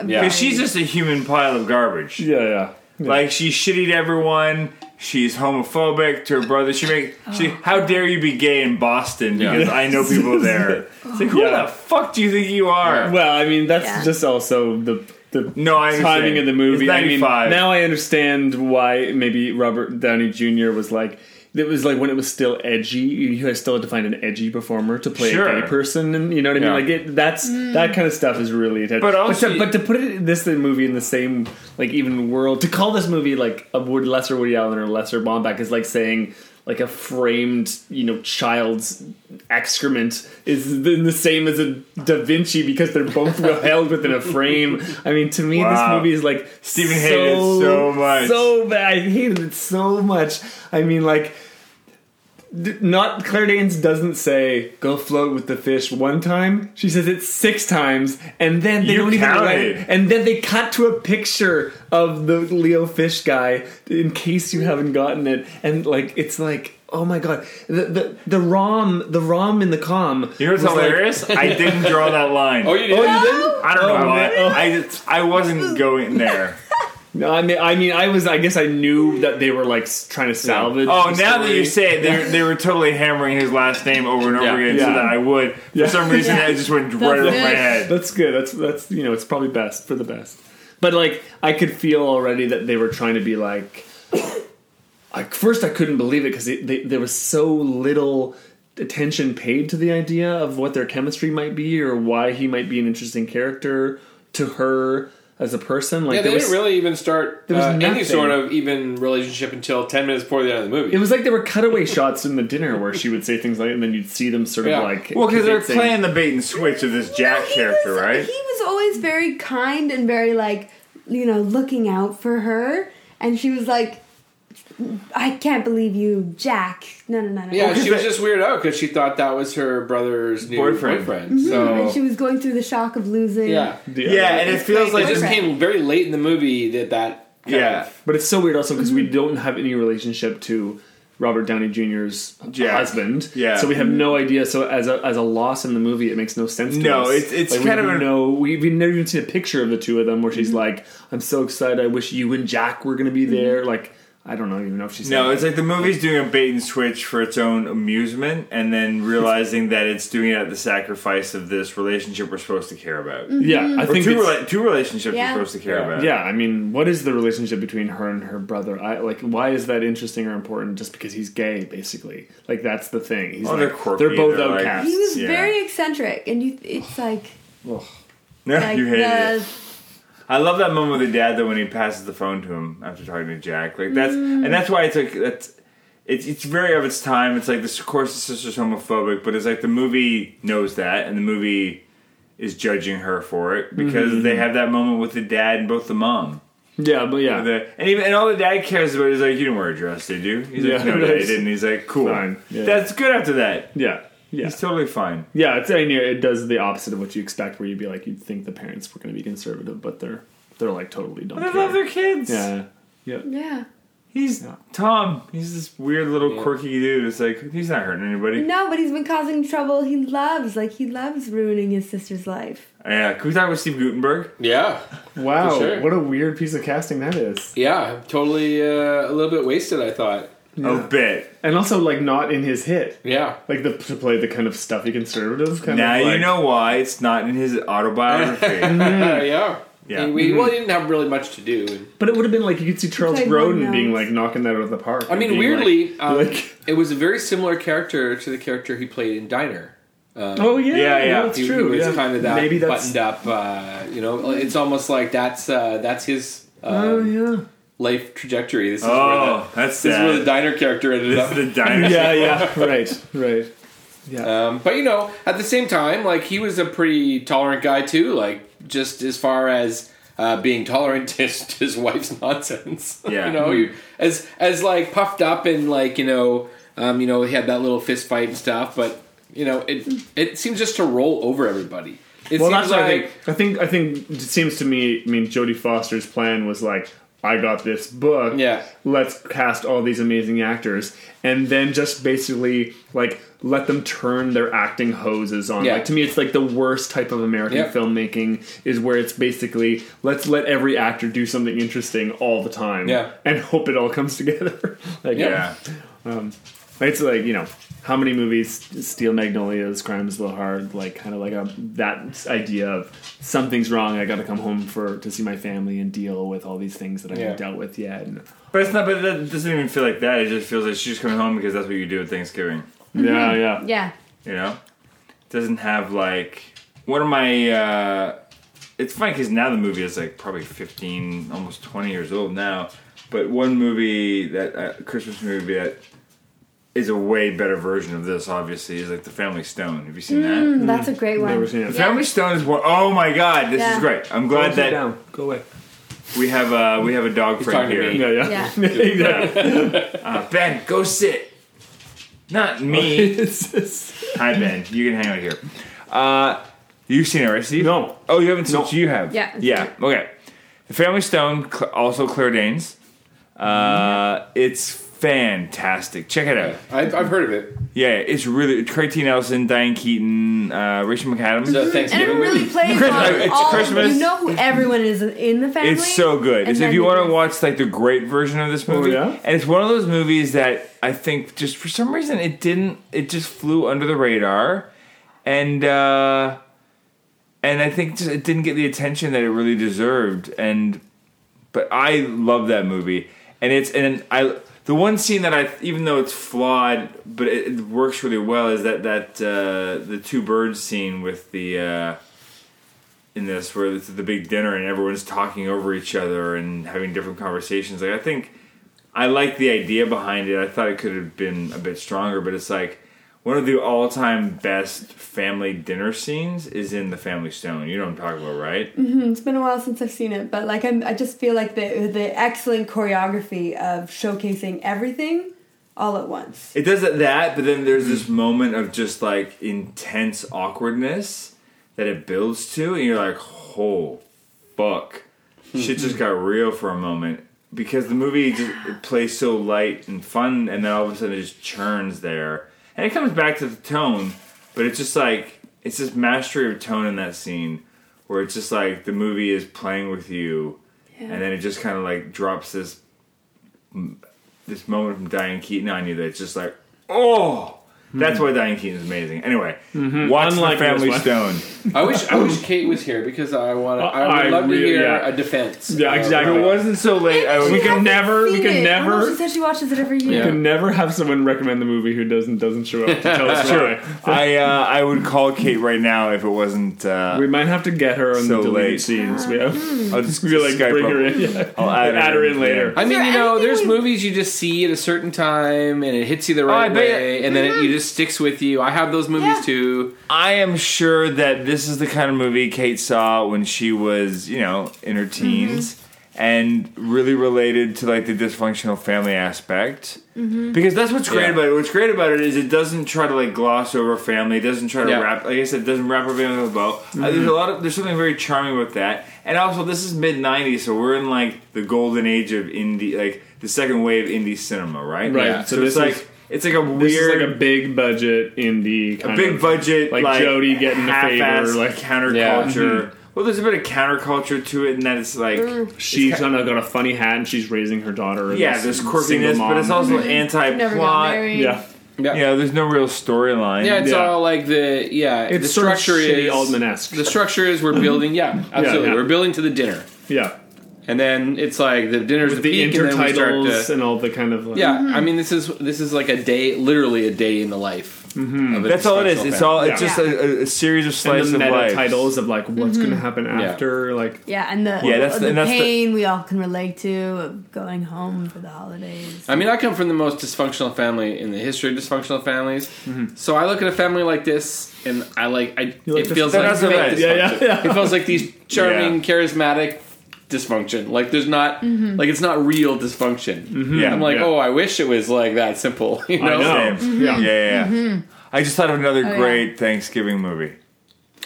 Speaker 4: Yeah.
Speaker 1: 'Cause she's just a human pile of garbage.
Speaker 3: Yeah, yeah.
Speaker 1: Like she's shitty to everyone. She's homophobic to her brother. She make she. How dare you be gay in Boston?
Speaker 4: Yeah.
Speaker 1: Because I know people there. It's like who
Speaker 3: Yeah.
Speaker 1: the fuck do you think you are?
Speaker 3: Well, I mean, that's
Speaker 2: Yeah.
Speaker 3: just also the the
Speaker 1: No, I understand.
Speaker 3: timing of the movie.
Speaker 1: It's
Speaker 3: I mean,
Speaker 1: 95.
Speaker 3: now I understand why maybe Robert Downey Jr. was like. It was like when it was still edgy. You still had to find an edgy performer to play
Speaker 1: Sure.
Speaker 3: a gay person, and you know what I mean.
Speaker 1: Yeah.
Speaker 3: Like it, that's that kind of stuff is really. attached.
Speaker 1: But also-
Speaker 3: to, but to put it this movie in the same like even world to call this movie like a Wood, lesser Woody Allen or lesser Bomback is like saying like a framed you know child's excrement is the, the same as a Da Vinci because they're both held within a frame. I mean, to me,
Speaker 1: Wow.
Speaker 3: this movie is like
Speaker 1: Stephen hated it so much.
Speaker 3: so bad. I hated it so much. I mean, like. d- Not Claire Danes doesn't say go float with the fish one time. She says it six times, and then they
Speaker 1: You
Speaker 3: don't even
Speaker 1: counted.
Speaker 3: write, and then they cut to a picture of the Leo Fish guy in case you haven't gotten it. And like it's like, oh my god. The the, the ROM the ROM in the com.
Speaker 1: You know what's
Speaker 3: was like-
Speaker 1: hilarious? I didn't draw that line.
Speaker 4: oh, you did.
Speaker 3: oh you didn't?
Speaker 1: I don't
Speaker 3: Oh,
Speaker 1: know why.
Speaker 3: man. Oh.
Speaker 1: I just, I wasn't going there.
Speaker 3: No, I mean I mean I was I guess I knew that they were like s- trying to salvage.
Speaker 1: Oh,
Speaker 3: the
Speaker 1: now that you
Speaker 3: story.
Speaker 1: say it, they, they were totally hammering his last name over and over
Speaker 4: Yeah.
Speaker 1: again so
Speaker 3: Yeah.
Speaker 1: that I would. For some reason,
Speaker 2: Yeah.
Speaker 1: that just went right
Speaker 2: That's
Speaker 1: over my
Speaker 2: it.
Speaker 1: head.
Speaker 3: That's good. That's that's you know, it's probably best for the best. But like I could feel already that they were trying to be like I first I couldn't believe it cuz there was so little attention paid to the idea of what their chemistry might be or why he might be an interesting character to her as a person like
Speaker 4: Yeah,
Speaker 3: there
Speaker 4: they
Speaker 3: was
Speaker 4: didn't really even start
Speaker 3: there was
Speaker 4: uh, any
Speaker 3: nothing.
Speaker 4: sort of even relationship until ten minutes before the end of the movie.
Speaker 3: it was like there were cutaway shots in the dinner where she would say things like and then you'd see them sort
Speaker 4: Yeah.
Speaker 3: of like
Speaker 1: Well, because they're
Speaker 3: they'd say-
Speaker 1: playing the bait and switch of this Jack
Speaker 2: Well, he
Speaker 1: character,
Speaker 2: was-
Speaker 1: right?
Speaker 2: He was always very kind and very like, you know, looking out for her, and she was like, "I can't believe you, Jack." No, no, no, no.
Speaker 4: yeah, she was
Speaker 1: they-
Speaker 4: just weird out because she thought that was her brother's new
Speaker 1: Boyfriend.
Speaker 4: boyfriend.
Speaker 2: Mm-hmm. and she
Speaker 4: So
Speaker 2: was going through the shock of losing.
Speaker 4: yeah,
Speaker 1: yeah, and it feels
Speaker 4: it
Speaker 1: like
Speaker 4: just
Speaker 2: Boyfriend.
Speaker 4: came very late in the movie that that. kind
Speaker 1: yeah,
Speaker 4: of-
Speaker 3: But it's so weird also because
Speaker 1: Mm-hmm.
Speaker 3: we don't have any relationship to Robert Downey Jr.'s
Speaker 1: Jack.
Speaker 3: husband.
Speaker 1: Yeah.
Speaker 3: So we have no idea. So as a, as a loss in the movie, it makes no sense to
Speaker 1: No,
Speaker 3: us.
Speaker 1: it's- it's kind
Speaker 3: Like, we
Speaker 1: of Mm-hmm.
Speaker 3: have
Speaker 1: an-
Speaker 3: No, we, we've never even seen a picture of the two of them where she's like, I'm so excited. I wish you and Jack were going to be there. Like, I don't know even know if she's
Speaker 1: Mm-hmm. No, it's like the movie's doing a bait and switch for its own amusement, and then realizing that it's doing it at the sacrifice of this relationship we're supposed to care about.
Speaker 3: yeah. I
Speaker 1: Or
Speaker 3: think
Speaker 1: two,
Speaker 3: it's-
Speaker 1: rela- two relationships
Speaker 2: Mm-hmm. Yeah.
Speaker 1: we're supposed to care
Speaker 4: Yeah.
Speaker 1: about.
Speaker 3: yeah. I mean, what is the relationship between her and her brother? I like. Why is that interesting or important? Just because he's gay, basically. Like that's the thing. He's
Speaker 1: Oh,
Speaker 3: like,
Speaker 1: they're quirky,
Speaker 3: both
Speaker 1: they're like-
Speaker 3: outcasts.
Speaker 2: He was
Speaker 1: Yeah.
Speaker 2: very eccentric, and you, it's like,
Speaker 1: No,
Speaker 2: like
Speaker 1: you hate
Speaker 2: the,
Speaker 1: it. I love that moment with the dad though when he passes the phone to him after talking to Jack. Like that's
Speaker 2: Mm.
Speaker 1: and that's why it's like that's it's it's very of its time. It's like this of course the sister's homophobic, but it's like the movie knows that and the movie is judging her for it because
Speaker 3: Mm-hmm.
Speaker 1: they have that moment with the dad and both the mom.
Speaker 3: Yeah, but yeah,
Speaker 1: The, and even and all the dad cares about is like you didn't wear a dress, did you? He's
Speaker 3: Yeah,
Speaker 1: like, No,
Speaker 3: that's-
Speaker 1: Dad, I didn't. He's like, Cool.
Speaker 3: Fine. Yeah.
Speaker 1: That's good after that.
Speaker 3: yeah, yeah.
Speaker 1: He's totally fine.
Speaker 3: Yeah, it's I mean, it does the opposite of what you expect, where you'd be like, you'd think the parents were going to be conservative, but they're they're like totally don't
Speaker 1: They
Speaker 3: care.
Speaker 1: love their kids.
Speaker 3: yeah, yeah,
Speaker 2: yeah.
Speaker 1: He's
Speaker 3: Yeah.
Speaker 1: Tom. He's this weird little
Speaker 4: Yeah.
Speaker 1: quirky dude. It's like he's not hurting anybody.
Speaker 2: No, but he's been causing trouble. He loves, like, he loves ruining his sister's life.
Speaker 1: Yeah, can we talk about Steve Gutenberg?
Speaker 4: Yeah,
Speaker 3: Wow,
Speaker 4: For sure.
Speaker 3: what a weird piece of casting that is,
Speaker 4: yeah, totally uh, a little bit wasted. I thought.
Speaker 1: A bit.
Speaker 3: and also like not in his hit,
Speaker 4: Yeah,
Speaker 3: like the to play the kind of stuffy conservative kind
Speaker 1: now
Speaker 3: of.
Speaker 1: you
Speaker 3: like-
Speaker 1: know why it's not in his autobiography.
Speaker 3: Mm.
Speaker 4: Uh, yeah,
Speaker 1: Yeah.
Speaker 4: And
Speaker 3: Mm-hmm.
Speaker 4: we well, he didn't have really much to do. And,
Speaker 3: but it would have been like you could see Charles
Speaker 2: played
Speaker 3: Grodin
Speaker 2: one
Speaker 3: being
Speaker 2: note.
Speaker 3: like knocking that out of the park.
Speaker 4: I
Speaker 3: and
Speaker 4: mean,
Speaker 3: being, like-
Speaker 4: weirdly, um,
Speaker 3: like-
Speaker 4: it was a very similar character to the character he played in Diner. Um,
Speaker 3: oh yeah,
Speaker 1: Yeah, yeah.
Speaker 3: no, that's
Speaker 4: he, he
Speaker 3: true.
Speaker 4: was
Speaker 3: yeah.
Speaker 4: kind of that
Speaker 3: Maybe that's
Speaker 4: buttoned up. Uh, you know, it's almost like that's uh, that's his um,
Speaker 2: Mm.
Speaker 3: oh yeah,
Speaker 4: life trajectory. This is where
Speaker 1: oh,
Speaker 4: the,
Speaker 1: that's
Speaker 4: this is where
Speaker 1: sad.
Speaker 4: the diner character ended
Speaker 1: This
Speaker 4: up.
Speaker 1: is the dinosaur.
Speaker 3: yeah, yeah, right, right. Yeah,
Speaker 4: Um, but you know, at the same time, like he was a pretty tolerant guy too. Like just as far as uh, being tolerant to his, to his wife's nonsense.
Speaker 1: Yeah.
Speaker 4: you know, you, as as like puffed up and like you know, um, you know, he had that little fist fight and stuff. But you know, it it seems just to roll over everybody. It
Speaker 3: Well, that's
Speaker 4: seems
Speaker 3: what I
Speaker 4: like
Speaker 3: think. I think. I think. It seems to me. I mean, Jodie Foster's plan was like, I got this book.
Speaker 4: Yeah.
Speaker 3: Let's cast all these amazing actors, and then just basically like let them turn their acting hoses on.
Speaker 4: Yeah.
Speaker 3: Like to me, it's like the worst type of American
Speaker 4: Yep.
Speaker 3: filmmaking is where it's basically let's let every actor do something interesting all the time.
Speaker 4: Yeah.
Speaker 3: And hope it all comes together. like
Speaker 4: Yeah.
Speaker 1: Yeah.
Speaker 3: it's like you know how many movies Steel Magnolias, Crimes Will Hard, like kind of like a that idea of something's wrong. I got to come home for to see my family and deal with all these things that I
Speaker 4: Yeah.
Speaker 3: haven't dealt with yet. And,
Speaker 1: But it's not. But that doesn't even feel like that. It just feels like she's just coming home because that's what you do at Thanksgiving.
Speaker 3: Yeah, yeah,
Speaker 2: Yeah.
Speaker 1: You know, it doesn't have like one of my. uh It's funny because now the movie is like probably fifteen, almost twenty years old now. But one movie that uh, Christmas movie that is a way better version of this, obviously, is like The Family Stone. Have you seen that?
Speaker 2: Mm, that's a great one.
Speaker 3: Never seen it.
Speaker 1: The Family Stone is one oh my god, this
Speaker 2: Yeah.
Speaker 1: is great. I'm glad that
Speaker 3: down. Go away.
Speaker 1: we have uh we have a dog friend
Speaker 4: talking to
Speaker 1: here.
Speaker 4: me.
Speaker 3: Yeah, yeah,
Speaker 2: Yeah.
Speaker 3: yeah.
Speaker 1: Uh, ben, go sit. Not
Speaker 4: Oh,
Speaker 1: me.
Speaker 3: It's- it's-
Speaker 1: Hi Ben, you can hang out here. Uh you've seen it, right, Steve?
Speaker 3: no,
Speaker 1: Oh, you haven't seen it. You have.
Speaker 2: Yeah.
Speaker 1: Yeah. Okay. The Family Stone, cl- also Claire Danes. Uh, it's fantastic. Check it out.
Speaker 4: I, I've heard of it.
Speaker 1: Yeah, it's really Craig T. Nelson, Diane Keaton, uh, Rachel McAdams.
Speaker 4: The
Speaker 2: Mm-hmm. And it
Speaker 4: Thanksgiving
Speaker 2: really
Speaker 4: movie.
Speaker 2: plays
Speaker 1: Christmas-
Speaker 2: on
Speaker 1: it's
Speaker 2: all
Speaker 1: Christmas.
Speaker 2: Of, you know who everyone is in the family.
Speaker 1: It's so good.
Speaker 2: and
Speaker 1: It's if
Speaker 2: then
Speaker 1: you
Speaker 2: they
Speaker 1: want
Speaker 2: do-
Speaker 1: to watch like the great version of this movie,
Speaker 3: yeah?
Speaker 1: and it's one of those movies that I think just for some reason it didn't. It just flew under the radar, and uh, and I think just, it didn't get the attention that it really deserved. And but I love that movie, and it's and I the one scene that I even though it's flawed, but it, it works really well is that that uh, the two birds scene with the. Uh, in this where it's the big dinner and everyone's talking over each other and having different conversations. Like I think I like the idea behind it. I thought it could have been a bit stronger, but it's like one of the all-time best family dinner scenes is in The Family Stone. You know what I'm talking about, right?
Speaker 2: It's been a while since I've seen it, but like I'm, I just feel like the the excellent choreography of showcasing everything all at once.
Speaker 1: It does that- that, but then there's this moment of just like intense awkwardness that it builds to, and you're like, "Oh, fuck!" Shit just got real for a moment because the movie just it plays so light and fun, and then all of a sudden it just churns there, and it comes back to the tone, but it's just like it's this mastery of tone in that scene where it's just like the movie is playing with you, and then it just kind of like drops this this moment from Diane Keaton on you that's just like, oh, that's why Diane Keaton is amazing. Anyway, watch
Speaker 3: Unlike
Speaker 1: the Family
Speaker 3: this
Speaker 1: Stone.
Speaker 4: I wish I wish Kate was here because I want. to I would
Speaker 3: I
Speaker 4: love to
Speaker 3: really-
Speaker 4: hear
Speaker 3: yeah.
Speaker 4: a defense. Uh,
Speaker 3: Yeah,
Speaker 4: of-
Speaker 3: exactly.
Speaker 1: If it wasn't so late, I would.
Speaker 3: We can never- we can never-
Speaker 2: She said she watches it every year.
Speaker 3: You can never have someone recommend the movie who doesn't doesn't show up to tell us
Speaker 1: Sure.
Speaker 3: why.
Speaker 1: I uh, I would call Kate right now if it wasn't. Uh,
Speaker 3: We might have to get her on
Speaker 1: So
Speaker 3: the deleted
Speaker 1: late.
Speaker 3: scenes. We have
Speaker 1: I'll just
Speaker 3: be like
Speaker 1: Skype
Speaker 3: bring
Speaker 1: up.
Speaker 3: her in. Yeah.
Speaker 1: I'll add,
Speaker 3: Add her in later.
Speaker 4: I mean,
Speaker 2: there
Speaker 4: you know,
Speaker 2: anything
Speaker 4: there's
Speaker 2: we-
Speaker 4: movies you just see at a certain time and it hits you the right
Speaker 1: I bet-
Speaker 4: way, and then it, you just sticks with you. I have those movies
Speaker 2: Mm-hmm. Yeah.
Speaker 4: too.
Speaker 1: I am sure that this is the kind of movie Kate saw when she was, you know, in her teens and really related to like the dysfunctional family aspect. Because that's what's great
Speaker 4: Yeah.
Speaker 1: about it. What's great about it is it doesn't try to like gloss over family. It doesn't try to
Speaker 4: Yeah.
Speaker 1: wrap, like I said, it doesn't wrap everything with a bow.
Speaker 3: Mm-hmm.
Speaker 1: Uh, there's a lot of, there's something very charming with that. And also, this is mid 90s, so we're in like the golden age of indie, like the second wave indie cinema, right?
Speaker 3: Right.
Speaker 4: Yeah.
Speaker 1: So,
Speaker 3: So
Speaker 1: it's
Speaker 3: this
Speaker 1: like,
Speaker 3: is-
Speaker 1: it's like a weird.
Speaker 3: This is like a big budget indie, kind
Speaker 1: big
Speaker 3: of,
Speaker 1: budget,
Speaker 3: like,
Speaker 1: like,
Speaker 3: Jody getting the favor,
Speaker 1: half-assed
Speaker 3: like
Speaker 1: counterculture.
Speaker 2: Mm-hmm.
Speaker 1: Well, there's a bit of counterculture to it, and that it's like,
Speaker 3: she's kind of got a funny hat and she's raising her daughter. as
Speaker 1: yeah,
Speaker 3: a
Speaker 1: there's
Speaker 3: single
Speaker 1: quirkiness,
Speaker 3: mom.
Speaker 1: but it's also
Speaker 2: Mm-hmm. Never got
Speaker 1: anti-plot. You
Speaker 2: married.
Speaker 3: yeah,
Speaker 4: Yeah, yeah,
Speaker 1: know, there's no real storyline.
Speaker 4: it's
Speaker 3: Yeah.
Speaker 4: all like the yeah.
Speaker 3: it's
Speaker 4: the structure is
Speaker 3: Altman-esque.
Speaker 4: the structure is we're building. Yeah, absolutely,
Speaker 3: yeah.
Speaker 4: we're building to the dinner,
Speaker 3: yeah,
Speaker 4: and then it's like the dinner's
Speaker 3: the,
Speaker 4: the, peak, and then we start to-
Speaker 3: intertitles and all the kind of like,
Speaker 4: yeah, I
Speaker 2: Mm-hmm.
Speaker 4: mean, this is this is like a day, literally a day in the life. of a
Speaker 1: That's all it is.
Speaker 4: dysfunctional
Speaker 1: It's
Speaker 4: family.
Speaker 1: all it's
Speaker 3: Yeah.
Speaker 1: just a, a- a series of
Speaker 3: and
Speaker 1: slices
Speaker 3: the
Speaker 1: of
Speaker 3: meta
Speaker 1: life.
Speaker 3: titles of like what's
Speaker 4: Mm-hmm.
Speaker 3: going to happen after, like
Speaker 2: Yeah, and the
Speaker 1: Yeah, that's-
Speaker 2: the
Speaker 1: and that's the-
Speaker 2: pain we all can relate to of going home for the holidays.
Speaker 4: I mean, I come from the most dysfunctional family in the history of dysfunctional families. So I look at a family like this, and I like I.
Speaker 3: Mm-hmm. like
Speaker 4: it
Speaker 3: this-
Speaker 4: feels
Speaker 1: that-
Speaker 4: like
Speaker 1: that's the
Speaker 4: fake
Speaker 1: best.
Speaker 3: Yeah, yeah,
Speaker 4: dysfunction.
Speaker 3: yeah.
Speaker 4: It feels like these charming, charismatic dysfunction. Like there's not
Speaker 2: Mm-hmm.
Speaker 4: like it's not real dysfunction.
Speaker 1: Yeah,
Speaker 4: I'm like,
Speaker 3: Mm-hmm. Yeah.
Speaker 4: oh, I wish it was like that simple. You know?
Speaker 3: I know.
Speaker 1: Same.
Speaker 3: Yeah.
Speaker 1: yeah, yeah. yeah. oh. I just thought of another
Speaker 2: Mm-hmm. Oh, yeah.
Speaker 1: great Thanksgiving movie.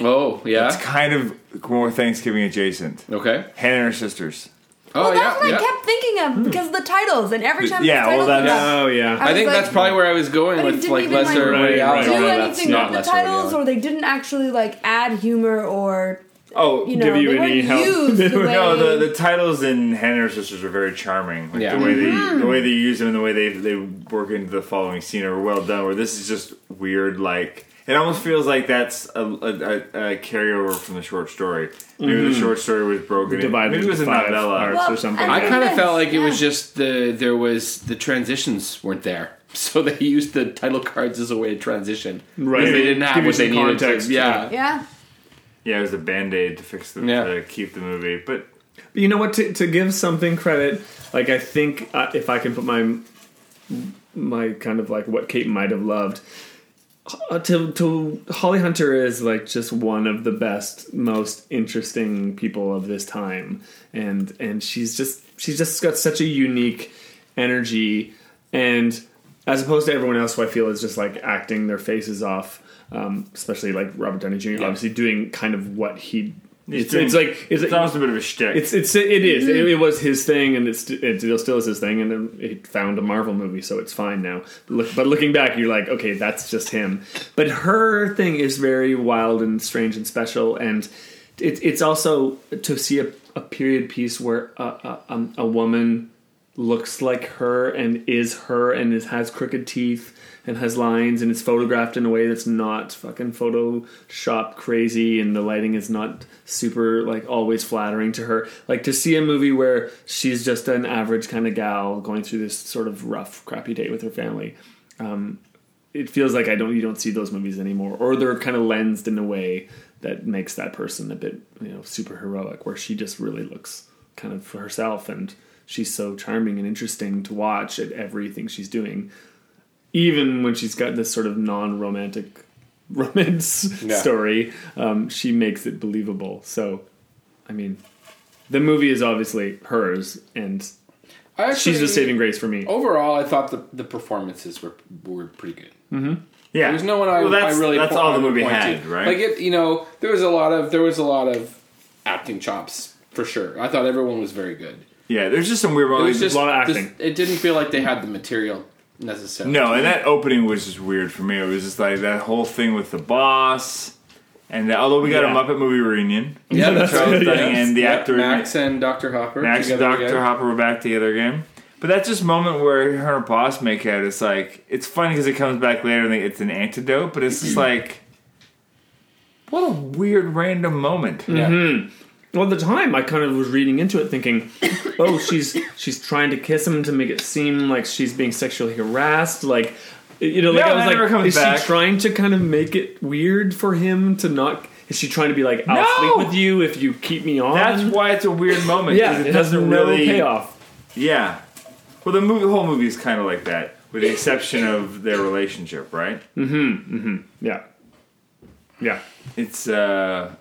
Speaker 4: Oh
Speaker 1: It's
Speaker 4: yeah.
Speaker 1: kind of more Thanksgiving adjacent.
Speaker 4: Okay.
Speaker 1: Hannah and her sisters.
Speaker 4: Oh
Speaker 2: well, that's
Speaker 4: yeah.
Speaker 2: what
Speaker 4: yeah.
Speaker 2: I kept thinking of because of the titles, and every time
Speaker 1: Yeah,
Speaker 2: the
Speaker 1: well,
Speaker 2: titles
Speaker 1: that's-
Speaker 2: came up,
Speaker 3: Oh yeah.
Speaker 4: I think
Speaker 2: was like,
Speaker 4: that's probably where I was going
Speaker 2: but it
Speaker 4: with
Speaker 2: didn't
Speaker 4: like
Speaker 2: even, like,
Speaker 4: lesser
Speaker 3: Right,
Speaker 4: Ray Allen.
Speaker 3: right,
Speaker 2: do
Speaker 3: No, right.
Speaker 4: That's
Speaker 2: anything with
Speaker 4: not
Speaker 2: the
Speaker 4: lesser Ray
Speaker 2: titles,
Speaker 4: Allen.
Speaker 2: or they didn't actually like add humor or
Speaker 1: Oh,
Speaker 2: you know
Speaker 3: Give you
Speaker 2: they
Speaker 3: any
Speaker 2: weren't
Speaker 3: help.
Speaker 2: used the way
Speaker 1: No, the, the titles in Hannah and her sisters are very charming. Like
Speaker 4: Yeah.
Speaker 1: the way
Speaker 2: Mm-hmm.
Speaker 1: they the way they use them and the way they they work into the following scene are well done. Where this is just weird, like it almost feels like that's a, a, a, a carryover from the short story. Maybe the
Speaker 4: Mm-hmm.
Speaker 1: short story was broken. in-
Speaker 3: Divided
Speaker 1: Maybe it was a
Speaker 3: into five
Speaker 1: novella.
Speaker 3: parts.
Speaker 2: Well,
Speaker 3: or something.
Speaker 2: and
Speaker 4: I kind of
Speaker 2: then-
Speaker 4: felt like it was
Speaker 2: yeah.
Speaker 4: just the there was the transitions weren't there, so they used the title cards as a way to transition.
Speaker 3: Right.
Speaker 4: Because they didn't have
Speaker 3: Give you
Speaker 4: what they
Speaker 3: some
Speaker 4: needed.
Speaker 3: context,
Speaker 4: to, yeah.
Speaker 2: yeah.
Speaker 1: Yeah, it was a band aid to fix the
Speaker 4: Yeah.
Speaker 1: to keep the movie. But
Speaker 3: But you know what? To, to give something credit, like I think uh, if I can put my my kind of like what Kate might have loved. Uh, to, to Holly Hunter is like just one of the best, most interesting people of this time, and and she's just she's just got such a unique energy, and as opposed to everyone else, who I feel is just like acting their faces off, um, especially like Robert Downey Jr. Obviously doing kind of what he it's,
Speaker 1: doing-
Speaker 3: it's like it's,
Speaker 1: it's almost a bit of a shtick.
Speaker 3: it's it's it is. It, it was his thing, and it's it still- still is his thing. And then he found a Marvel movie, so it's fine now. But, look, but looking back, you're like, okay, that's just him. But her thing is very wild and strange and special, and it, it's also to see a, a period piece where a, a, um, a woman looks like her and is her and is, has crooked teeth and has lines and is photographed in a way that's not fucking photoshop crazy and the lighting is not super like always flattering to her like to see a movie where she's just an average kind of gal going through this sort of rough crappy date with her family it feels like I don't you don't see those movies anymore, or they're kind of lensed in a way that makes that person a bit you know super heroic, where she just really looks kind of herself, and she's so charming and interesting to watch at everything she's doing, even when she's got this sort of non-romantic romance
Speaker 4: Yeah.
Speaker 3: story, um, she makes it believable. So, I mean, the movie is obviously hers, and
Speaker 4: I actually,
Speaker 3: she's the saving grace for me.
Speaker 4: Overall, I thought the, the performances were were pretty good.
Speaker 1: yeah,
Speaker 4: There's no one I,
Speaker 1: Well, that's,
Speaker 4: I really
Speaker 1: that's
Speaker 4: po-
Speaker 1: all
Speaker 4: I
Speaker 1: the
Speaker 4: would
Speaker 1: movie
Speaker 4: point
Speaker 1: had,
Speaker 4: to.
Speaker 1: right?
Speaker 4: Like it, you know, there was a lot of there was a lot of acting chops for sure. I thought everyone was very good.
Speaker 1: yeah, there's just some weird
Speaker 4: It was
Speaker 1: moments.
Speaker 4: just
Speaker 3: a lot of
Speaker 4: this-
Speaker 3: acting.
Speaker 4: it didn't feel like they had the material necessarily.
Speaker 1: No, and that opening was just weird for me. It was just like that whole thing with the boss, and the, although we got
Speaker 3: Yeah.
Speaker 1: a Muppet movie reunion,
Speaker 4: Yeah, that's
Speaker 1: Charles
Speaker 3: Yeah.
Speaker 1: Dutton and the
Speaker 4: Yep,
Speaker 1: actor
Speaker 4: Max and Doctor Hopper.
Speaker 1: Max and
Speaker 4: together
Speaker 1: Doctor
Speaker 4: again.
Speaker 1: Hopper were back together again. But that's just moment where her and her boss make out. It's like it's funny because it comes back later and it's an antidote, but it's just like what a weird random moment.
Speaker 4: Yeah.
Speaker 3: Mm-hmm. Well, at the time, I kind of was reading into it, thinking, "Oh, she's she's trying to kiss him to make it seem like she's being sexually harassed." Like, you know, like
Speaker 1: No,
Speaker 3: I
Speaker 1: that
Speaker 3: was
Speaker 1: never
Speaker 3: like,
Speaker 1: comes
Speaker 3: "Is
Speaker 1: back.
Speaker 3: she trying to kind of make it weird for him to not? Is she trying to be like, I'll
Speaker 1: No!
Speaker 3: sleep with you if you keep me on?"
Speaker 1: That's why it's a weird moment.
Speaker 3: Mm-hmm. yeah,
Speaker 1: 'cause
Speaker 3: it, has no
Speaker 1: really
Speaker 3: payoff.
Speaker 1: Yeah. Well, the movie, whole movie is kind of like that, with the exception of their relationship, right?
Speaker 3: Yeah, yeah.
Speaker 1: It's uh,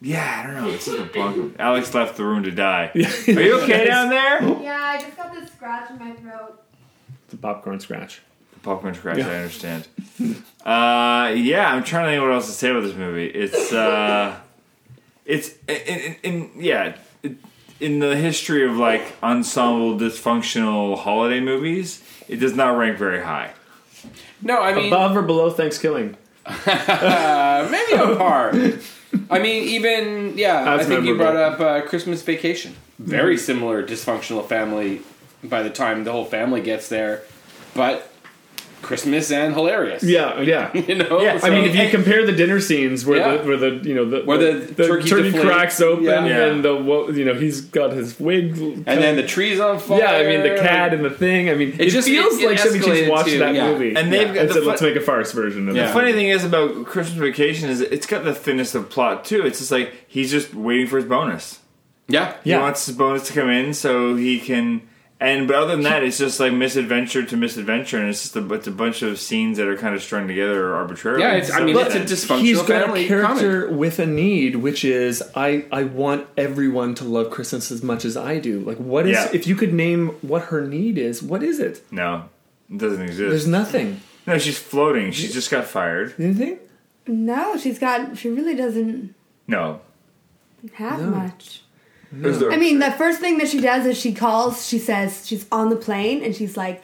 Speaker 1: yeah, I don't know. It's just a bunk. Alex left the room to die. Are you okay down there?
Speaker 2: Yeah, I just got this scratch in my throat.
Speaker 3: It's a popcorn scratch.
Speaker 1: Popcorn scratch. I understand. Uh, yeah, I'm trying to think what else to say about this movie. It's uh, it's in, in, in yeah, it, in the history of like ensemble dysfunctional holiday movies, it does not rank very high.
Speaker 4: No, I mean
Speaker 3: Above or below Thanksgiving?
Speaker 4: uh, maybe on par. I mean, even yeah.
Speaker 3: That's
Speaker 4: I think
Speaker 3: memorable.
Speaker 4: you
Speaker 3: Mm-hmm.
Speaker 4: brought up uh, Christmas Vacation. Very similar dysfunctional family. By the time the whole family gets there, but Christmas and hilarious.
Speaker 3: Yeah, yeah.
Speaker 4: you know.
Speaker 1: Yeah, I
Speaker 3: I mean, if you
Speaker 4: and-
Speaker 3: compare the dinner scenes where
Speaker 4: Yeah.
Speaker 3: the where the you know the
Speaker 4: Where the turkey deflates.
Speaker 3: cracks open
Speaker 4: Yeah.
Speaker 1: Yeah.
Speaker 3: and the wo- you know he's got his wig and
Speaker 4: and then the trees on fire.
Speaker 3: yeah I mean the cat and the thing I mean it,
Speaker 4: just-
Speaker 3: feels
Speaker 4: it- it
Speaker 3: like somebody
Speaker 4: escalated
Speaker 3: just watched
Speaker 4: to-
Speaker 3: that
Speaker 4: yeah.
Speaker 3: movie
Speaker 1: And they've
Speaker 3: yeah.
Speaker 1: got
Speaker 3: and
Speaker 1: the
Speaker 3: said
Speaker 1: fu-
Speaker 3: let's make a farce version of
Speaker 4: Yeah.
Speaker 3: that.
Speaker 1: The funny thing is about Christmas Vacation is it's got the thinnest of plot too. It's just like he's just waiting for his bonus.
Speaker 4: yeah,
Speaker 1: He
Speaker 3: Yeah.
Speaker 1: wants his bonus to come in so he can. And but other than that, it's just like misadventure to misadventure, and it's just a, it's a bunch of scenes that are kind of strung together arbitrarily.
Speaker 4: Yeah, it's- I mean,
Speaker 1: But-
Speaker 4: it's a dysfunctional
Speaker 3: He's got
Speaker 4: family
Speaker 3: a character with a need, which is I, I want everyone to love Christmas as much as I do. Like, what is
Speaker 1: Yeah.
Speaker 3: if you could name what her need is? What is it?
Speaker 1: no, it doesn't
Speaker 3: There's
Speaker 1: exist.
Speaker 3: nothing.
Speaker 1: No, she's floating. She just got fired.
Speaker 3: Anything?
Speaker 2: No, she's got. She really doesn't
Speaker 1: No,
Speaker 2: have
Speaker 3: No.
Speaker 2: much.
Speaker 1: There's the-
Speaker 2: I mean, the first thing that she does is she calls. She says she's on the plane, and she's like,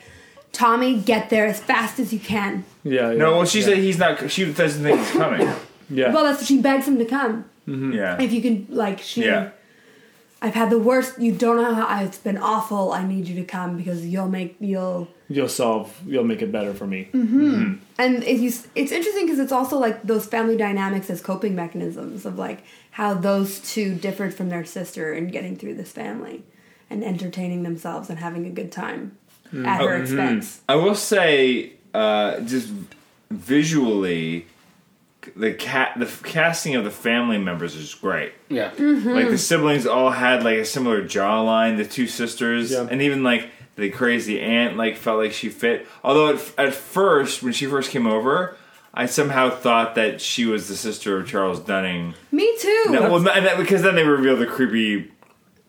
Speaker 2: "Tommy, get there as fast as you can."
Speaker 3: Yeah. yeah
Speaker 1: no. Well, she
Speaker 3: yeah.
Speaker 1: said he's not. She doesn't think he's coming.
Speaker 3: yeah.
Speaker 2: Well, that's she begs him to come.
Speaker 1: yeah,
Speaker 2: If you can, like, she.
Speaker 1: yeah.
Speaker 2: I've had the worst. You don't know how it's been awful. I need you to come because you'll make you'll.
Speaker 3: you'll solve. You'll make it better for me.
Speaker 2: And if you, s- it's interesting because it's also like those family dynamics as coping mechanisms of like how those two differed from their sister in getting through this family, and entertaining themselves and having a good time at her expense.
Speaker 1: I will say, uh, just visually, the cat, the casting of the family members is great.
Speaker 4: yeah.
Speaker 1: Like
Speaker 2: Hmm.
Speaker 1: the siblings all had like a similar jawline. The two sisters,
Speaker 3: Yeah.
Speaker 1: and even like the crazy aunt, like felt like she fit. Although at, at first, when she first came over, I somehow thought that she was the sister of Charles Dunning.
Speaker 2: Me too.
Speaker 1: No, well, not- and that, because then they reveal the creepy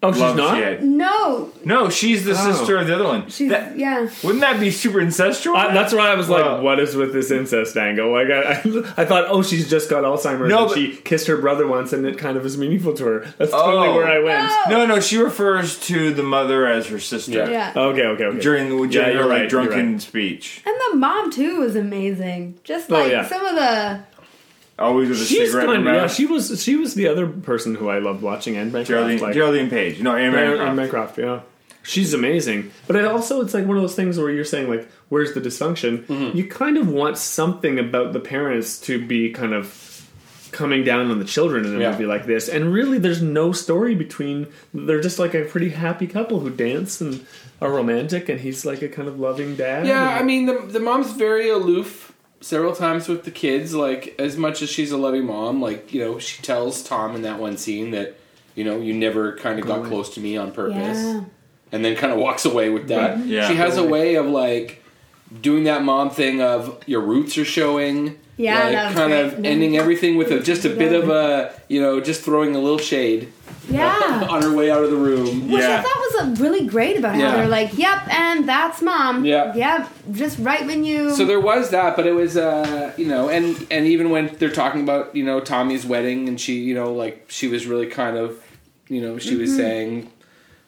Speaker 3: Oh, she's
Speaker 1: love
Speaker 3: not.
Speaker 1: she had.
Speaker 2: No,
Speaker 1: No, she's the
Speaker 3: Oh.
Speaker 1: sister of the other one.
Speaker 2: she's
Speaker 1: That-
Speaker 2: yeah.
Speaker 1: wouldn't that be super incestual?
Speaker 3: I, that's why I was like,
Speaker 1: Well-
Speaker 3: "What is with this incest angle?" Like, I, I, I thought, "Oh, she's just got Alzheimer's,
Speaker 1: No,
Speaker 3: and
Speaker 1: but-
Speaker 3: she kissed her brother once, and it kind of was meaningful to her." That's totally
Speaker 1: Oh.
Speaker 3: where I went.
Speaker 2: No.
Speaker 1: No, no, she refers to the mother as her sister
Speaker 4: Yeah.
Speaker 2: Yeah.
Speaker 3: Okay, okay, okay.
Speaker 1: during the
Speaker 3: Yeah,
Speaker 1: during
Speaker 3: you're
Speaker 1: her
Speaker 3: right,
Speaker 1: like
Speaker 3: you're
Speaker 1: drunken
Speaker 3: right.
Speaker 1: speech.
Speaker 2: And the mom too was amazing. Just
Speaker 3: Oh,
Speaker 2: like
Speaker 3: yeah.
Speaker 2: some of the
Speaker 1: Always with a
Speaker 3: She's
Speaker 1: cigarette in
Speaker 3: kind
Speaker 1: her
Speaker 3: of, yeah,
Speaker 1: mouth.
Speaker 3: she was she was the other person who I loved watching and Bancroft.
Speaker 1: Geraldine,
Speaker 3: like,
Speaker 1: Geraldine Page. No, Anne
Speaker 3: Anne-
Speaker 1: Bancroft.
Speaker 3: Anne Bancroft, yeah. She's amazing. But it also it's like one of those things where you're saying like, where's the dysfunction? You kind of want something about the parents to be kind of coming down on the children in a
Speaker 4: Yeah.
Speaker 3: movie like this. And really there's no story between they're just like a pretty happy couple who dance and are romantic and he's like a kind of loving dad.
Speaker 4: Yeah,
Speaker 3: and-
Speaker 4: I mean the the mom's very aloof several times with the kids. Like as much as she's a loving mom, like you know she tells Tom in that one scene that you know you never kind of got close to me on purpose,
Speaker 2: Yeah.
Speaker 4: and then kind of walks away with that.
Speaker 1: Right, yeah.
Speaker 4: she has a way of like doing that mom thing of your roots are showing.
Speaker 2: Yeah,
Speaker 4: like,
Speaker 2: that was
Speaker 4: kind
Speaker 2: great.
Speaker 4: of ending everything with a, just a bit of a you know just throwing a little shade
Speaker 2: Yeah.
Speaker 4: on her way out of the room.
Speaker 2: Which
Speaker 1: Yeah.
Speaker 2: I thought was uh, really great about
Speaker 4: Oh, Yeah.
Speaker 2: how they're like, yep, and that's mom.
Speaker 4: Yeah.
Speaker 2: Yep, just right when you.
Speaker 4: So there was that, but it was uh, you know, and and even when they're talking about you know Tommy's wedding, and she you know like she was really kind of you know she
Speaker 1: Mm-hmm.
Speaker 4: was saying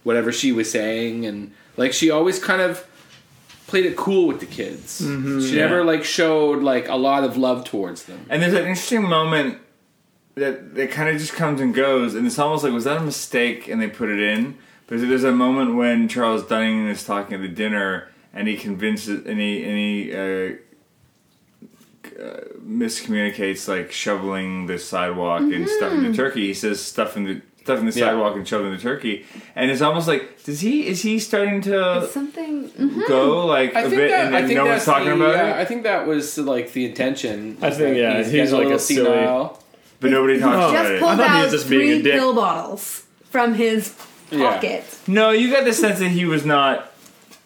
Speaker 4: whatever she was saying, and like she always kind of played it cool with the kids.
Speaker 1: Mm-hmm.
Speaker 4: she never like showed like a lot of love towards them.
Speaker 1: And there's an interesting moment that that kind of just comes and goes, and it's almost like was that a mistake? And they put it in, There's a, there's a moment when Charles Dunning is talking at the dinner, and he convinces and he and he uh, uh, miscommunicates like shoveling the sidewalk
Speaker 4: Mm-hmm.
Speaker 1: and stuffing the turkey. He says stuffing the stuffing the
Speaker 4: Yeah.
Speaker 1: sidewalk and shoveling the turkey, and it's almost like does he is he starting to
Speaker 2: Something. mhm.
Speaker 1: go like
Speaker 4: I
Speaker 1: a
Speaker 4: think
Speaker 1: bit
Speaker 4: that,
Speaker 1: and
Speaker 4: I
Speaker 1: then
Speaker 4: think
Speaker 1: no one's
Speaker 4: that's
Speaker 1: talking
Speaker 4: the,
Speaker 1: about
Speaker 4: yeah,
Speaker 1: it,
Speaker 4: I think that was like the intention.
Speaker 3: I think, yeah,
Speaker 4: He's
Speaker 3: he's
Speaker 4: getting a
Speaker 3: like
Speaker 4: little
Speaker 3: a silly-
Speaker 4: senile.
Speaker 1: but nobody talks about
Speaker 2: Just
Speaker 1: it.
Speaker 2: pulled
Speaker 3: Oh, thought he was
Speaker 2: out
Speaker 3: just being
Speaker 2: three
Speaker 3: a dick.
Speaker 2: pill bottles from his
Speaker 4: Yeah.
Speaker 2: pocket.
Speaker 1: No, you got the sense that he was not